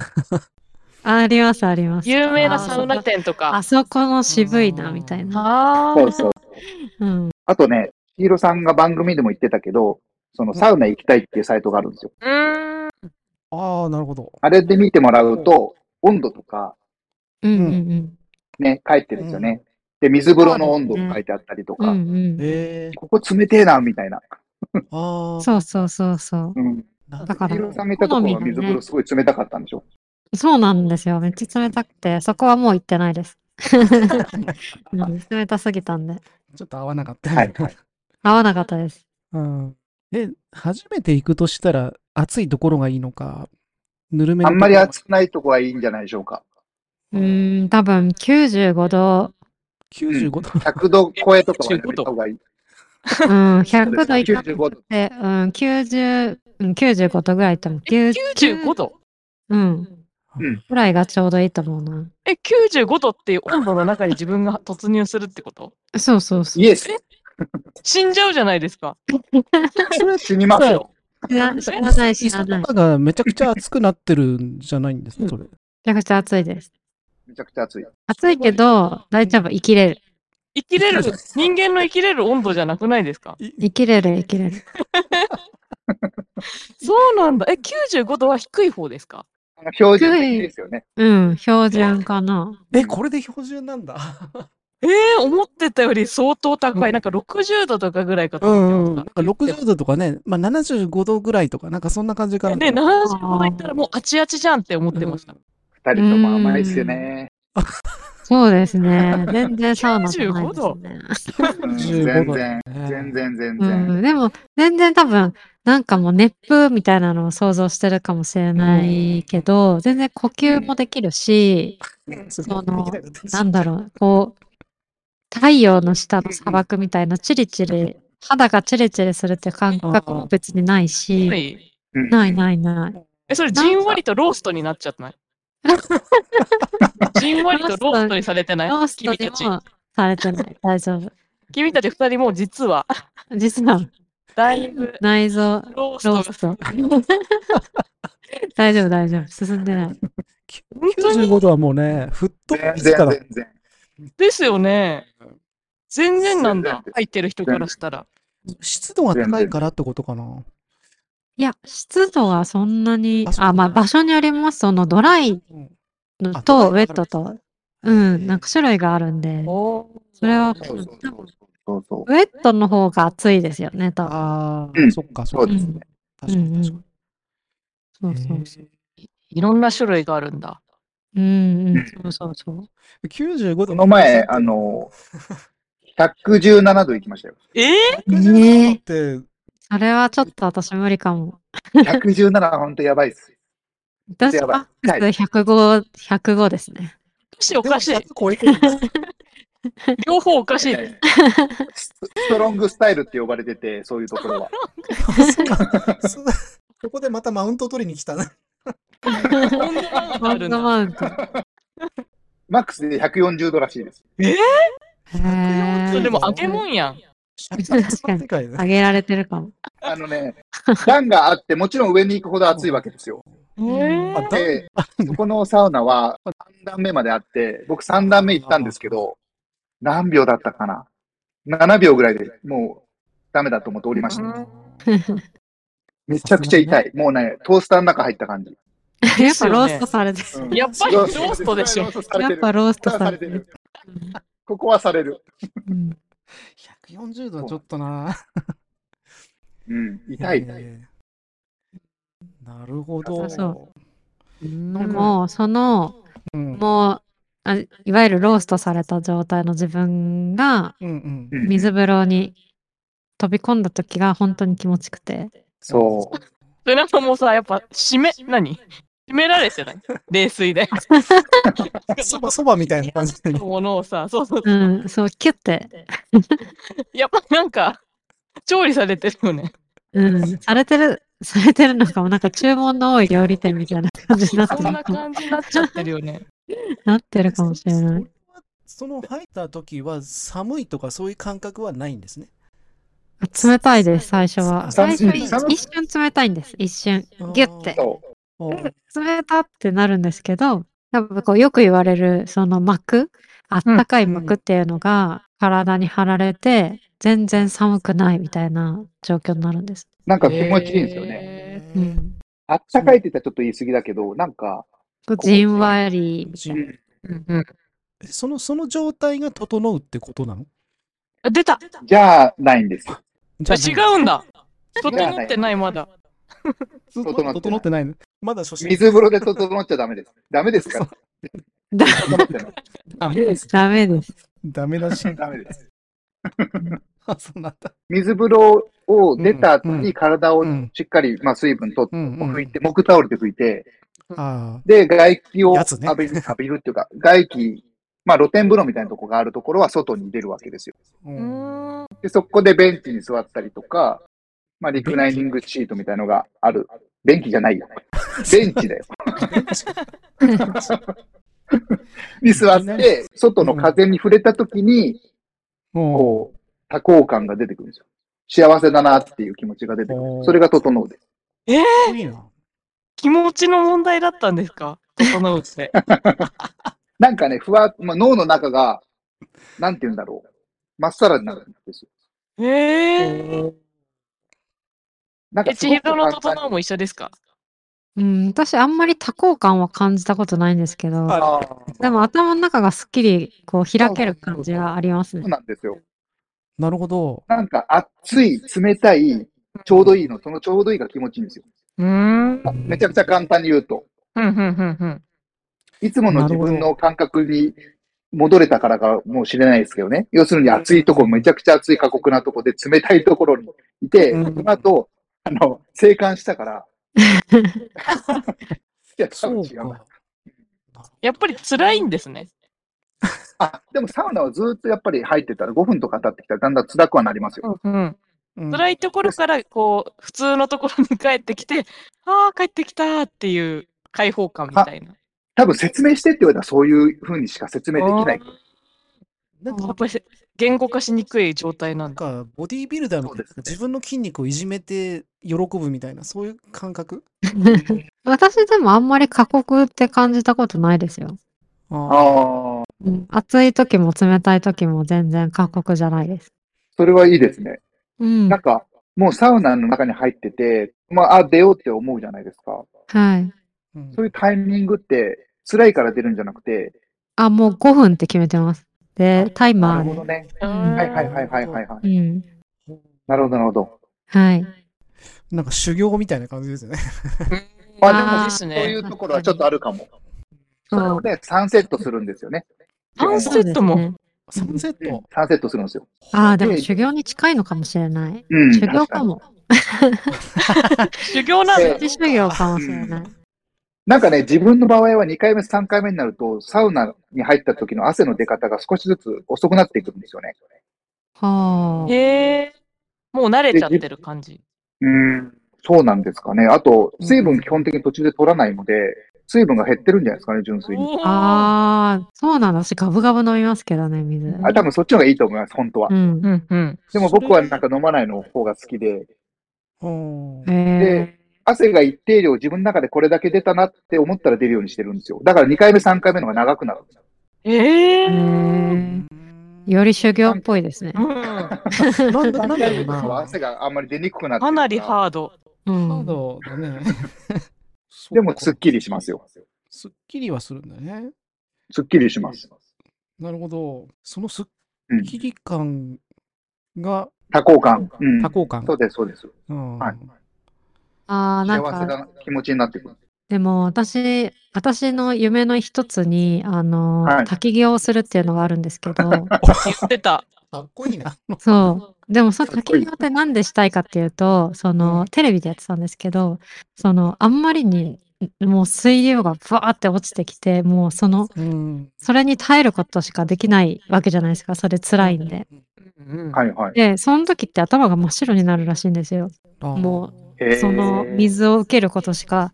[SPEAKER 4] ありますあります。
[SPEAKER 3] 有名なサウナ店と
[SPEAKER 4] あ
[SPEAKER 3] か。
[SPEAKER 4] そこの渋いな、みたいな。
[SPEAKER 3] あ
[SPEAKER 2] そうそう。
[SPEAKER 4] うん。
[SPEAKER 2] あとね、ヒーローさんが番組でも言ってたけど、そのサウナ行きたいっていうサイトがあるんですよ。
[SPEAKER 3] あ。うん。
[SPEAKER 1] ああ、なるほど。
[SPEAKER 2] あれで見てもらうと、温度とか、
[SPEAKER 4] うんうん
[SPEAKER 2] ね、書いてるんですよね。で、水風呂の温度も書いてあったりと
[SPEAKER 4] うん。う
[SPEAKER 2] か、
[SPEAKER 4] んうん。
[SPEAKER 1] え
[SPEAKER 2] ここ冷てえな、みたいな。
[SPEAKER 1] ー、ああ。
[SPEAKER 4] そうそうそうそう。
[SPEAKER 2] うん。
[SPEAKER 1] なん
[SPEAKER 4] だか
[SPEAKER 2] ヒ
[SPEAKER 4] ら
[SPEAKER 2] ロさんがいたところは水風呂すごい冷たかったんでしょ
[SPEAKER 4] そうなんですよ。めっちゃ冷たくて、そこはもう行ってない <laughs> です。うん冷たすぎたんで。
[SPEAKER 1] ちょっと合わなかった。
[SPEAKER 2] はいはい
[SPEAKER 4] 合わなかったです。
[SPEAKER 1] うん。え、初めて行くとしたら、暑いところがいいのか、ぬるめ
[SPEAKER 2] あ
[SPEAKER 1] の
[SPEAKER 2] ん
[SPEAKER 1] とこ
[SPEAKER 2] まり
[SPEAKER 1] ろ
[SPEAKER 2] 暑くないとこはいいんじゃないでしょうか。
[SPEAKER 4] うーん、多分95度、
[SPEAKER 1] 95度。
[SPEAKER 2] 100度超えとかはやめた方がいい。
[SPEAKER 4] <laughs> うん、100度いかな
[SPEAKER 2] 95度
[SPEAKER 4] く。て、うん、90、うん、95度ぐらいと思う。
[SPEAKER 3] 95度
[SPEAKER 4] うん。
[SPEAKER 2] うん
[SPEAKER 4] ぐらいがちょうどいいと思うな。
[SPEAKER 3] え、95度っていう温度の中に自分が突入するってこと
[SPEAKER 4] そうそうそう。
[SPEAKER 2] イエス
[SPEAKER 3] 死んじゃうじゃないですか。
[SPEAKER 2] 死にますよ。
[SPEAKER 4] 知ら知らない、知らない。め
[SPEAKER 1] 中がめちゃくちゃ暑くなってるんじゃないんですか、それ。
[SPEAKER 4] ちゃくちゃ暑いです。
[SPEAKER 2] めちゃくちゃ暑い。
[SPEAKER 4] 暑いけど、大丈夫、生きれる。
[SPEAKER 3] 生きれる、人間の生きれる温度じゃなくないですか
[SPEAKER 4] 生きれる、生きれる。
[SPEAKER 3] そうなんだ。え、95度は低い方ですか
[SPEAKER 2] あの標準的ですよね。
[SPEAKER 4] うん、標準かな。
[SPEAKER 1] え、これで標準なんだ。
[SPEAKER 3] えー、思ってたより相当高い。なんか60度とかぐらいかと
[SPEAKER 1] う
[SPEAKER 3] 思
[SPEAKER 1] ん
[SPEAKER 3] っ
[SPEAKER 1] うん。な
[SPEAKER 3] てま
[SPEAKER 1] ん
[SPEAKER 3] し
[SPEAKER 1] か
[SPEAKER 3] た。
[SPEAKER 1] 60度とかね、まあ75度ぐらいとか、なんかそんな感じかな。
[SPEAKER 3] ね、75度いったらもうあちあちじゃんって思ってました。
[SPEAKER 2] 二人とも甘いっすね。
[SPEAKER 4] そうです <laughs> ね。全然サウナじゃないです
[SPEAKER 3] 95
[SPEAKER 4] ね。
[SPEAKER 2] うん
[SPEAKER 1] 15
[SPEAKER 2] 全
[SPEAKER 1] 度
[SPEAKER 2] 然、
[SPEAKER 1] ね
[SPEAKER 2] 全然、全
[SPEAKER 4] う
[SPEAKER 2] 然。
[SPEAKER 4] ん、でも、全然多分、なんかもう熱風みたいなのを想像してるかもしれないけど、全然呼吸もできるし、
[SPEAKER 1] そ
[SPEAKER 4] そのなんだろう、こう、太陽の下の砂漠みたいなチリチリ、肌がチリチリするっていう感覚も別にないし、
[SPEAKER 3] はい。
[SPEAKER 2] うん
[SPEAKER 4] ないないない。
[SPEAKER 3] え、それじんわりとローストになっちゃって <laughs> ないじんわりとローストにされてない
[SPEAKER 4] ロースト
[SPEAKER 3] 君た
[SPEAKER 4] に
[SPEAKER 3] ち。
[SPEAKER 4] もされてない。大丈夫。
[SPEAKER 3] 君たち二人もう実は、
[SPEAKER 4] 実は
[SPEAKER 3] だいぶ
[SPEAKER 4] 内臓、
[SPEAKER 3] ロース
[SPEAKER 4] ロ
[SPEAKER 3] ト
[SPEAKER 4] ー
[SPEAKER 3] が
[SPEAKER 4] スト。 <laughs> 大丈夫、大丈夫。進んでない。
[SPEAKER 3] 本当に
[SPEAKER 1] 95度はもうね、沸騰
[SPEAKER 2] 全
[SPEAKER 1] ですか
[SPEAKER 2] 然、
[SPEAKER 1] ら。
[SPEAKER 2] 全然。
[SPEAKER 3] ですよね。全然なん
[SPEAKER 2] 全然
[SPEAKER 3] だ
[SPEAKER 2] で。す
[SPEAKER 3] 入ってる人からしたら。
[SPEAKER 1] 湿度が高いからってことかな。
[SPEAKER 4] いや、湿度はそんなに
[SPEAKER 1] あ、そう
[SPEAKER 4] あ、まあ場所によります。そのドライ
[SPEAKER 1] あド
[SPEAKER 4] の
[SPEAKER 1] ライ
[SPEAKER 4] とウ
[SPEAKER 1] だ
[SPEAKER 4] ェッ
[SPEAKER 1] から
[SPEAKER 4] トと、うん、なんか種類があるんで、それは、
[SPEAKER 2] そ
[SPEAKER 4] うん
[SPEAKER 2] うそうそうそうそう。
[SPEAKER 4] ウェットの方が暑いですよね、多分。
[SPEAKER 1] あ
[SPEAKER 2] う
[SPEAKER 1] あ、
[SPEAKER 2] ん
[SPEAKER 1] そっか、そっか。
[SPEAKER 4] そうですね
[SPEAKER 1] 確かに
[SPEAKER 4] うんうん
[SPEAKER 1] 確かに。
[SPEAKER 4] そうそうそう。
[SPEAKER 3] いろんな種類があるんだ。
[SPEAKER 4] うんう
[SPEAKER 2] うん
[SPEAKER 4] ん、そうそうそう。
[SPEAKER 1] 95度。
[SPEAKER 2] この前、あの、117度行きましたよ。
[SPEAKER 3] ええ
[SPEAKER 4] ねえ
[SPEAKER 1] 117度って、
[SPEAKER 4] それはちょっと私無理かも。
[SPEAKER 2] 117、ほんとやばいっす。
[SPEAKER 4] 私、
[SPEAKER 2] やばい
[SPEAKER 4] マックス105、105ですね。
[SPEAKER 3] おかしい
[SPEAKER 1] で。も100超え
[SPEAKER 4] <laughs>
[SPEAKER 1] てるんです
[SPEAKER 3] 両方おかしい。
[SPEAKER 2] ええスストロングスタイルって呼ばれてて、そういうところは。
[SPEAKER 1] かそそこでまたマウント取りに来たな。
[SPEAKER 3] 温度マウント
[SPEAKER 4] マ
[SPEAKER 3] あ
[SPEAKER 4] ウ
[SPEAKER 3] る
[SPEAKER 4] ン
[SPEAKER 3] ん
[SPEAKER 4] ト
[SPEAKER 3] だ。
[SPEAKER 4] マウント。へ
[SPEAKER 2] マックスで140度らしいです。
[SPEAKER 4] ー
[SPEAKER 3] それでも
[SPEAKER 1] あ
[SPEAKER 3] 揚げもんやん。
[SPEAKER 1] <laughs>
[SPEAKER 4] 確かに
[SPEAKER 1] 世界で
[SPEAKER 4] 上げられてるかも。
[SPEAKER 2] あのね、段があって、もちろん上に行くほど暑いわけですよ。
[SPEAKER 4] ー
[SPEAKER 1] あ <laughs>
[SPEAKER 2] で、そこのサウナは3段目まであって、僕3段目行ったんですけど、何秒だったかな ?7 秒ぐらいでもうダメだと思って降りました。 <laughs> めちゃくちゃ痛い。もうね、トースターの中入った感じ。
[SPEAKER 4] や
[SPEAKER 3] で
[SPEAKER 4] っ
[SPEAKER 3] す
[SPEAKER 4] ぱ
[SPEAKER 3] よね
[SPEAKER 4] ローストされて
[SPEAKER 2] う
[SPEAKER 4] る。
[SPEAKER 2] ん
[SPEAKER 3] やっぱりローストでしょ
[SPEAKER 2] ローストされ
[SPEAKER 4] やって
[SPEAKER 2] る
[SPEAKER 4] ぱロースト
[SPEAKER 2] さ
[SPEAKER 4] さ
[SPEAKER 2] れ
[SPEAKER 4] れ
[SPEAKER 2] て
[SPEAKER 4] て
[SPEAKER 2] る
[SPEAKER 4] る。
[SPEAKER 2] ここはされる。
[SPEAKER 4] うん
[SPEAKER 1] 140度はちょっとな。
[SPEAKER 2] うん、痛い。痛い
[SPEAKER 1] えーなるほ
[SPEAKER 4] そ
[SPEAKER 1] ど。
[SPEAKER 4] うそで
[SPEAKER 1] で、
[SPEAKER 4] も、その、
[SPEAKER 1] うん、
[SPEAKER 4] もうあ、いわゆるローストされた状態の自分が、
[SPEAKER 1] うんうん
[SPEAKER 2] う。ん
[SPEAKER 4] 水風呂に飛び込んだ時が本当に気持ちよくて。
[SPEAKER 2] そう。
[SPEAKER 3] それなんかもうさ、やっぱ、締め、何締められてない冷水で。
[SPEAKER 1] そばそばみたいな感じで。
[SPEAKER 3] ものをさ、そうそう。
[SPEAKER 4] うん、そう、キュッて。
[SPEAKER 3] やっぱなんか、調理されてるよね。
[SPEAKER 4] うん、されてる、されてるのかも、なんか注文の多い料理店みたいな感じになって
[SPEAKER 3] そ
[SPEAKER 4] る
[SPEAKER 3] ん
[SPEAKER 4] の
[SPEAKER 3] な
[SPEAKER 4] かも
[SPEAKER 3] 感じになっちゃってるよね。
[SPEAKER 4] なってるかもしれない。
[SPEAKER 1] その入った時は寒いとかそういう感覚はないんですね。
[SPEAKER 4] 冷たいです、最初は。
[SPEAKER 1] 寒
[SPEAKER 4] 最
[SPEAKER 1] い
[SPEAKER 4] 初に
[SPEAKER 2] 寒い
[SPEAKER 4] 一瞬冷たいんです、一瞬。ギュッて。
[SPEAKER 2] そう
[SPEAKER 4] 冷たってなるんですけど、多分こうよく言われるその膜、あったかい膜っていうのが体に張られて、全然寒くないみたいな状況になるんです。
[SPEAKER 2] なんか気持ちいいんですよね。
[SPEAKER 3] ね。
[SPEAKER 4] うん、
[SPEAKER 2] あったかいって言ったらちょっと言い過ぎだけど、なんか、
[SPEAKER 4] こうじんわりみたいな。
[SPEAKER 3] うんうん
[SPEAKER 1] その、その状態が整うってことなの
[SPEAKER 3] あ出た
[SPEAKER 2] じゃあ、ないんです。
[SPEAKER 1] じ
[SPEAKER 3] あ
[SPEAKER 1] ゃ
[SPEAKER 3] 違
[SPEAKER 1] う
[SPEAKER 3] うんだ整ってないまだ。
[SPEAKER 1] 整
[SPEAKER 2] 整ってない
[SPEAKER 1] ってないのまだ初心
[SPEAKER 2] 水風呂で整っちゃダメです。ダメですから。
[SPEAKER 4] だ
[SPEAKER 2] 整ってない
[SPEAKER 4] ダメです。
[SPEAKER 1] ダメだし。
[SPEAKER 2] ダメです。
[SPEAKER 1] <laughs> あ、そうなんだ。
[SPEAKER 2] <laughs> 水風呂を出た後
[SPEAKER 1] うんう
[SPEAKER 2] に体を
[SPEAKER 1] うん
[SPEAKER 2] しっかり、まあ、水分取って、
[SPEAKER 1] うん、うん。
[SPEAKER 2] 拭いて、木タオルで拭いて、
[SPEAKER 1] あ
[SPEAKER 2] で、外気を
[SPEAKER 1] やつね
[SPEAKER 2] 浴びる、浴びるっていうか、外気、まあ露天風呂みたいなとこがあるところは外に出るわけですよ。
[SPEAKER 1] あ、う
[SPEAKER 3] う。ーん。
[SPEAKER 2] で、そこでベンチに座ったりとか、まあリクライニングシートみたいのがある。ベンチじゃないよ。ベンチだよ。に座って、外の風に触れた時に、
[SPEAKER 1] も
[SPEAKER 2] こう、多幸感が出てくるんですよ。幸せだなっていう気持ちが出てく
[SPEAKER 1] おー
[SPEAKER 2] る。それが整うです。
[SPEAKER 3] えー、
[SPEAKER 1] う、いいな。
[SPEAKER 3] 気持ちの問題だったんですか整うって。
[SPEAKER 2] なんかね、ふわ、まあ、脳の中が、なんて言うんだろう。まっさらになるんですよ。
[SPEAKER 3] えー、
[SPEAKER 2] なん
[SPEAKER 3] え、
[SPEAKER 2] かす
[SPEAKER 3] 千
[SPEAKER 2] ごく
[SPEAKER 3] 尋の
[SPEAKER 2] 簡単に
[SPEAKER 3] 整うも一緒ですか
[SPEAKER 4] うん、私あんまり多幸感は感じたことないんですけど、
[SPEAKER 2] あー
[SPEAKER 4] でも頭の中がすっきりこう開ける感じがあります
[SPEAKER 2] そ
[SPEAKER 4] ね
[SPEAKER 2] う。なんですよ。
[SPEAKER 1] なるほど。
[SPEAKER 2] なんか熱い、冷たい、ちょうどいいの、そのちょうどいいが気持ちいいんですよ。
[SPEAKER 3] うーん。
[SPEAKER 2] めちゃくちゃ簡単に言うと、
[SPEAKER 3] うん、うん、うん、うん。
[SPEAKER 2] いつもの自
[SPEAKER 1] な
[SPEAKER 2] 分
[SPEAKER 1] るほ
[SPEAKER 2] の感覚に戻れたからかもしれないですけどね。要するに暑いとこ、めちゃくちゃ暑い過酷なとこで冷たいところにいて、
[SPEAKER 1] うん
[SPEAKER 2] その後、あの、生還し
[SPEAKER 1] <laughs>
[SPEAKER 2] たから。いや、多
[SPEAKER 1] そ
[SPEAKER 2] 分
[SPEAKER 1] う
[SPEAKER 2] 違うな。
[SPEAKER 1] か。
[SPEAKER 3] やっぱり辛いんですね。
[SPEAKER 2] あ、でもサウナはずっとやっぱり入ってたら5分とか経ってきたらだんだん辛くはなりますよ。
[SPEAKER 3] うん、うん。
[SPEAKER 1] うん
[SPEAKER 3] 辛いところから、こう、普通のところに帰ってきて、ああ、帰ってきたーっていう解放感みたいな。
[SPEAKER 2] 多分説明してって言われたらそういう風にしか説明できない。
[SPEAKER 1] なん
[SPEAKER 3] やっ
[SPEAKER 1] か、
[SPEAKER 3] ぱり言語化しにくい状態な
[SPEAKER 1] なんん
[SPEAKER 3] だ。
[SPEAKER 1] かボディービルダーみたいな、
[SPEAKER 2] そうですね
[SPEAKER 1] 自分の筋肉をいじめて喜ぶみたいな、そういう感覚
[SPEAKER 4] 私でもあんまり過酷って感じたことないですよ。
[SPEAKER 1] ああ。
[SPEAKER 2] ああ、
[SPEAKER 4] うん、暑い時も冷たい時も全然過酷じゃないです。
[SPEAKER 2] それはいいですね。
[SPEAKER 4] うん。
[SPEAKER 2] なんか、もうサウナの中に入ってて、まあ、あ、出ようって思うじゃないですか。
[SPEAKER 4] はい。
[SPEAKER 1] うん
[SPEAKER 2] そういうタイミングって、辛いから出るんじゃなくて、
[SPEAKER 4] あ、もう5分って決めてます。で、タイ
[SPEAKER 2] な
[SPEAKER 4] マ
[SPEAKER 2] るほ
[SPEAKER 4] ーで。
[SPEAKER 2] どね。
[SPEAKER 4] うん
[SPEAKER 2] はいはいはいはいはい。は
[SPEAKER 4] う
[SPEAKER 2] い
[SPEAKER 4] ん。
[SPEAKER 2] なるほどなるほど。
[SPEAKER 4] はい。
[SPEAKER 1] なんか修行みたいな感じです
[SPEAKER 2] <laughs>
[SPEAKER 1] よね。
[SPEAKER 2] ま
[SPEAKER 4] あー
[SPEAKER 2] あでも、
[SPEAKER 3] です
[SPEAKER 2] そう
[SPEAKER 3] ね
[SPEAKER 2] いうところはちょっとあるかも。そ
[SPEAKER 4] そう
[SPEAKER 2] れで3セットするんですよね。
[SPEAKER 3] サン
[SPEAKER 4] そう
[SPEAKER 3] セッ
[SPEAKER 4] です
[SPEAKER 3] トも。
[SPEAKER 4] ね。
[SPEAKER 1] サンセット。
[SPEAKER 2] 3セットするんですよ。
[SPEAKER 4] ああ、でも
[SPEAKER 2] で
[SPEAKER 4] 修行に近いのかもしれない。
[SPEAKER 2] うん。
[SPEAKER 4] 修行
[SPEAKER 2] 確
[SPEAKER 4] か
[SPEAKER 2] に
[SPEAKER 4] も。
[SPEAKER 3] 修行なん
[SPEAKER 2] で
[SPEAKER 3] だ。
[SPEAKER 4] プチ修行かもしれない。
[SPEAKER 2] なんかね、自分の場合は2回目、3回目になると、サウナに入った時の汗の出方が少しずつ遅くなっていくんですよね。
[SPEAKER 4] はあ。
[SPEAKER 3] へえ。もう慣れちゃってる感じ。
[SPEAKER 2] うん、そうなんですかね。あと、水分基本的に途中で取らないので、水分が減ってるんじゃないですかね、純粋に。
[SPEAKER 3] おー
[SPEAKER 4] ああ、そうなんだ。私ガブガブ飲みますけどね、水。
[SPEAKER 2] あ、多分そっちの方がいいと思います、本当は
[SPEAKER 4] う。ん。
[SPEAKER 3] うんうん。
[SPEAKER 2] でも僕はなんか飲まないの方が好きで、
[SPEAKER 1] <laughs> うん。
[SPEAKER 4] へえ
[SPEAKER 2] で汗が一定量自分の中でこれだけ出たなって思ったら出るようにしてるんですよ。だから2回目、3回目の方が長くなる。
[SPEAKER 3] ええ
[SPEAKER 4] へえより修行っぽいですね。
[SPEAKER 3] うん。
[SPEAKER 1] なんだ、な
[SPEAKER 2] 3
[SPEAKER 1] んだ
[SPEAKER 2] 回
[SPEAKER 1] ろ
[SPEAKER 2] 目
[SPEAKER 1] う
[SPEAKER 2] とかは
[SPEAKER 1] な。
[SPEAKER 2] 汗があんまり出にくくなってるら
[SPEAKER 3] かなりハード。
[SPEAKER 4] う
[SPEAKER 1] ハー
[SPEAKER 4] ん。
[SPEAKER 1] ドだね。
[SPEAKER 2] でも、すっきりします
[SPEAKER 1] よ。
[SPEAKER 2] よ。
[SPEAKER 1] すっきりはするんだね。
[SPEAKER 2] すっきりします。
[SPEAKER 1] なるほど。そのすっ
[SPEAKER 2] うん。
[SPEAKER 1] きり感が
[SPEAKER 2] 多幸感。うん。
[SPEAKER 1] 多幸感
[SPEAKER 2] そ。うです、そうです。
[SPEAKER 1] うん
[SPEAKER 2] はい。
[SPEAKER 4] ああ、なん
[SPEAKER 2] 幸せ
[SPEAKER 4] か、
[SPEAKER 2] な気持ちになってくる。
[SPEAKER 4] でも私、私の夢の一つに、あの、
[SPEAKER 2] はい
[SPEAKER 4] 滝行をするっていうのがあるんですけど、
[SPEAKER 3] 言ってた。
[SPEAKER 1] かっこいいな。
[SPEAKER 4] そう。でもその
[SPEAKER 2] かっこい
[SPEAKER 4] 滝
[SPEAKER 2] い
[SPEAKER 4] 行ってなんでしたいかっていうと、そのテレビでやってたんですけど、そのあんまりにもう水量がバーって落ちてきて、もうその
[SPEAKER 1] <laughs> うん。
[SPEAKER 4] それに耐えることしかできないわけじゃないですか。それ辛いんで。
[SPEAKER 3] うんうん
[SPEAKER 2] はいはい。
[SPEAKER 4] で、その時って頭が真っ白になるらしいんですよ。
[SPEAKER 1] あー。
[SPEAKER 4] も
[SPEAKER 2] へー
[SPEAKER 4] その水を受けることしか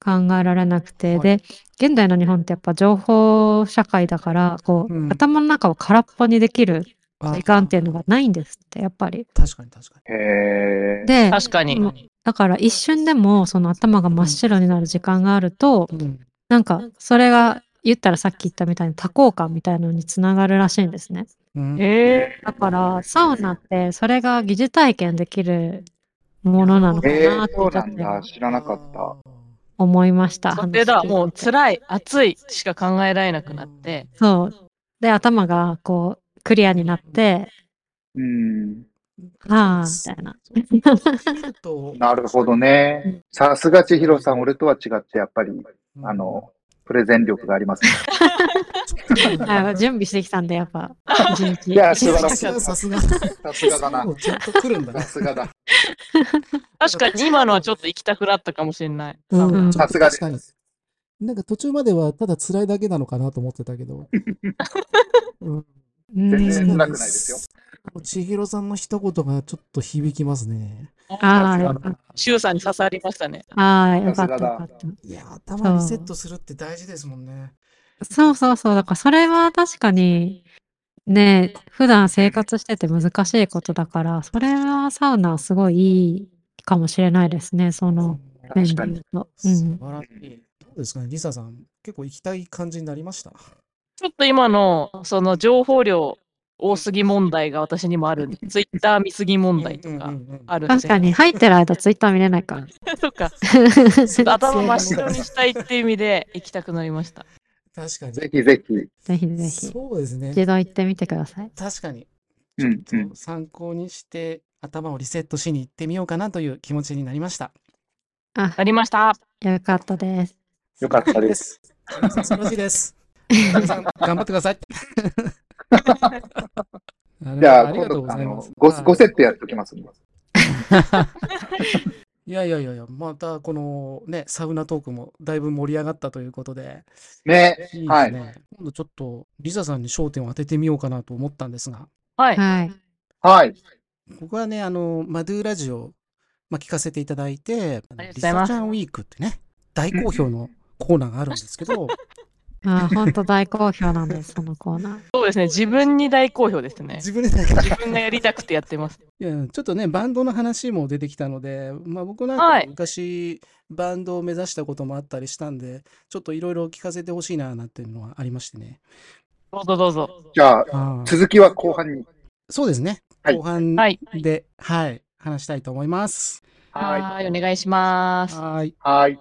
[SPEAKER 4] 考えられなくて、
[SPEAKER 1] はい
[SPEAKER 4] で、現代の日本ってやっぱ情報社会だから、こう、
[SPEAKER 1] うん
[SPEAKER 4] 頭の中を空っぽにできる
[SPEAKER 1] あ
[SPEAKER 4] 時間っていうのがないんですって、やっぱり。
[SPEAKER 1] 確かに確か
[SPEAKER 2] へえ。
[SPEAKER 4] で、
[SPEAKER 3] 確かに。
[SPEAKER 4] もうだから一瞬でもその頭が真っ白になる時間があると、
[SPEAKER 1] に。うん。
[SPEAKER 4] なんかそれが言ったらさっき言ったみたいに多幸感みたいのにつながるらしいんですね。
[SPEAKER 1] うん
[SPEAKER 3] ええ。
[SPEAKER 4] だからサウナってそれが疑似体験できるものなのか
[SPEAKER 2] え
[SPEAKER 4] な
[SPEAKER 2] ー、
[SPEAKER 4] ってち
[SPEAKER 2] そ
[SPEAKER 4] ょ
[SPEAKER 2] う
[SPEAKER 4] っと
[SPEAKER 2] なんだ。知らなかった。。
[SPEAKER 4] 思いました。
[SPEAKER 3] それだ、
[SPEAKER 4] 話聞いてて
[SPEAKER 3] もう辛い、暑いしか考えられなくなって。
[SPEAKER 4] そう。で、頭がこうクリアになって、
[SPEAKER 2] うん。
[SPEAKER 4] あーみたいな。
[SPEAKER 1] と <laughs>
[SPEAKER 2] なるほどね。さすが千尋さん、俺とは違って、やっぱり、あの、プレゼン力がありますね。
[SPEAKER 4] あ準備してきたんで、や
[SPEAKER 2] <laughs>
[SPEAKER 4] っぱ、一日。
[SPEAKER 2] いや素晴ら
[SPEAKER 1] さ
[SPEAKER 2] しい
[SPEAKER 1] すが、さすが。
[SPEAKER 2] さすがだな。
[SPEAKER 1] ちゃんと来るんだ
[SPEAKER 2] さ
[SPEAKER 1] な。
[SPEAKER 2] すがだ。
[SPEAKER 3] 確かに今のはちょっと行きたくなったかもしれない。
[SPEAKER 4] うん
[SPEAKER 2] さすがです
[SPEAKER 1] 確かに。なんか途中まではただ辛いだけなのかなと思ってたけど。うん
[SPEAKER 4] うん
[SPEAKER 2] 全然辛くないですよ。
[SPEAKER 1] 千尋さんの一言がちょっと響きますね。
[SPEAKER 4] ああ、
[SPEAKER 2] さ
[SPEAKER 4] よ
[SPEAKER 2] す
[SPEAKER 4] かっ
[SPEAKER 3] シュウさんに刺さりましたね。
[SPEAKER 4] た。ああ、よかった。
[SPEAKER 2] さ
[SPEAKER 4] よ
[SPEAKER 2] すがだ
[SPEAKER 4] かった
[SPEAKER 1] いや、頭リセットするって大事ですもんね。
[SPEAKER 4] そうそうそう。だからそれは確かに、ね、普段生活してて難しいことだから、それはサウナすごいいいかもしれないですね。その面
[SPEAKER 2] 確
[SPEAKER 4] で
[SPEAKER 2] かに
[SPEAKER 4] 言うと。う
[SPEAKER 1] 素
[SPEAKER 4] ん。
[SPEAKER 1] 晴らしい。どうですかね、リサさん。結構行きたい感じになりました。
[SPEAKER 3] ちょっと今の、その情報量多すぎ問題が私にもあるんで、ツイッター見すぎ問題と
[SPEAKER 1] うん
[SPEAKER 3] か
[SPEAKER 1] うんうん
[SPEAKER 3] あるんで。<laughs>
[SPEAKER 4] 確かに、入ってる間ツイッター見れないから。
[SPEAKER 3] とか、ちょっと頭真っ白にしたいっていう意味で行きたくなりました。
[SPEAKER 1] 確かに。
[SPEAKER 2] ぜひぜひ。
[SPEAKER 4] <laughs> ぜひぜひ、
[SPEAKER 1] そうですね。
[SPEAKER 4] 一度行ってみてください。
[SPEAKER 1] 確かに。
[SPEAKER 2] うんうん
[SPEAKER 1] ちょっと参考にして、頭をリセットしに行ってみようかなという気持ちになりました。
[SPEAKER 4] あ、
[SPEAKER 3] なりました。
[SPEAKER 4] よかったです。
[SPEAKER 2] よかったです。
[SPEAKER 1] 素晴らしいです。さん、頑張ってくだ
[SPEAKER 2] <laughs>
[SPEAKER 1] さい。
[SPEAKER 2] じゃあ、
[SPEAKER 1] あり
[SPEAKER 2] 今
[SPEAKER 1] がとう
[SPEAKER 2] 度、
[SPEAKER 1] ご
[SPEAKER 2] あ
[SPEAKER 1] ざいま
[SPEAKER 2] の
[SPEAKER 1] す、。
[SPEAKER 2] ご
[SPEAKER 1] はい
[SPEAKER 2] ご設定やっておきますんで。
[SPEAKER 1] いやいやいやいや、またこのね、サウナトークもだいぶ盛り上がったということで、
[SPEAKER 2] ね
[SPEAKER 1] いい。
[SPEAKER 2] は
[SPEAKER 1] です
[SPEAKER 2] い。
[SPEAKER 1] ね。今度ちょっと、リサさんに焦点を当ててみようかなと思ったんですが、
[SPEAKER 3] はい。
[SPEAKER 4] はい。
[SPEAKER 2] はい。
[SPEAKER 1] 僕はね、あの、マドゥーラジオ、まあ、聞かせていただいて、
[SPEAKER 3] ありがとう
[SPEAKER 1] リ
[SPEAKER 3] ございま
[SPEAKER 1] サ
[SPEAKER 3] す
[SPEAKER 1] ちゃんウィークってね、大好評のコーナーがあるんですけど、
[SPEAKER 4] あー、本当大好評なんです、そのコーナ
[SPEAKER 3] そうですね。自分に大好評ですね。
[SPEAKER 1] 自分でなんか
[SPEAKER 3] 自分がやりたくてやってます。
[SPEAKER 1] いや、ちょっとね、バンドの話も出てきたので、まあ僕なん
[SPEAKER 3] は
[SPEAKER 1] か
[SPEAKER 3] い
[SPEAKER 1] 昔、バンドを目指したこともあったりしたんで、ちょっといろいろ聞かせてほしいな、なんていうのはありましてね。
[SPEAKER 3] どうぞどうぞ。
[SPEAKER 2] じゃあ、
[SPEAKER 1] ああ
[SPEAKER 2] 続きは後半に。
[SPEAKER 1] そうですね。
[SPEAKER 2] はい
[SPEAKER 1] 後半
[SPEAKER 3] はい。
[SPEAKER 1] で、はい、話したいと思います。
[SPEAKER 3] はーい、お願いします。
[SPEAKER 1] はい。
[SPEAKER 2] はい。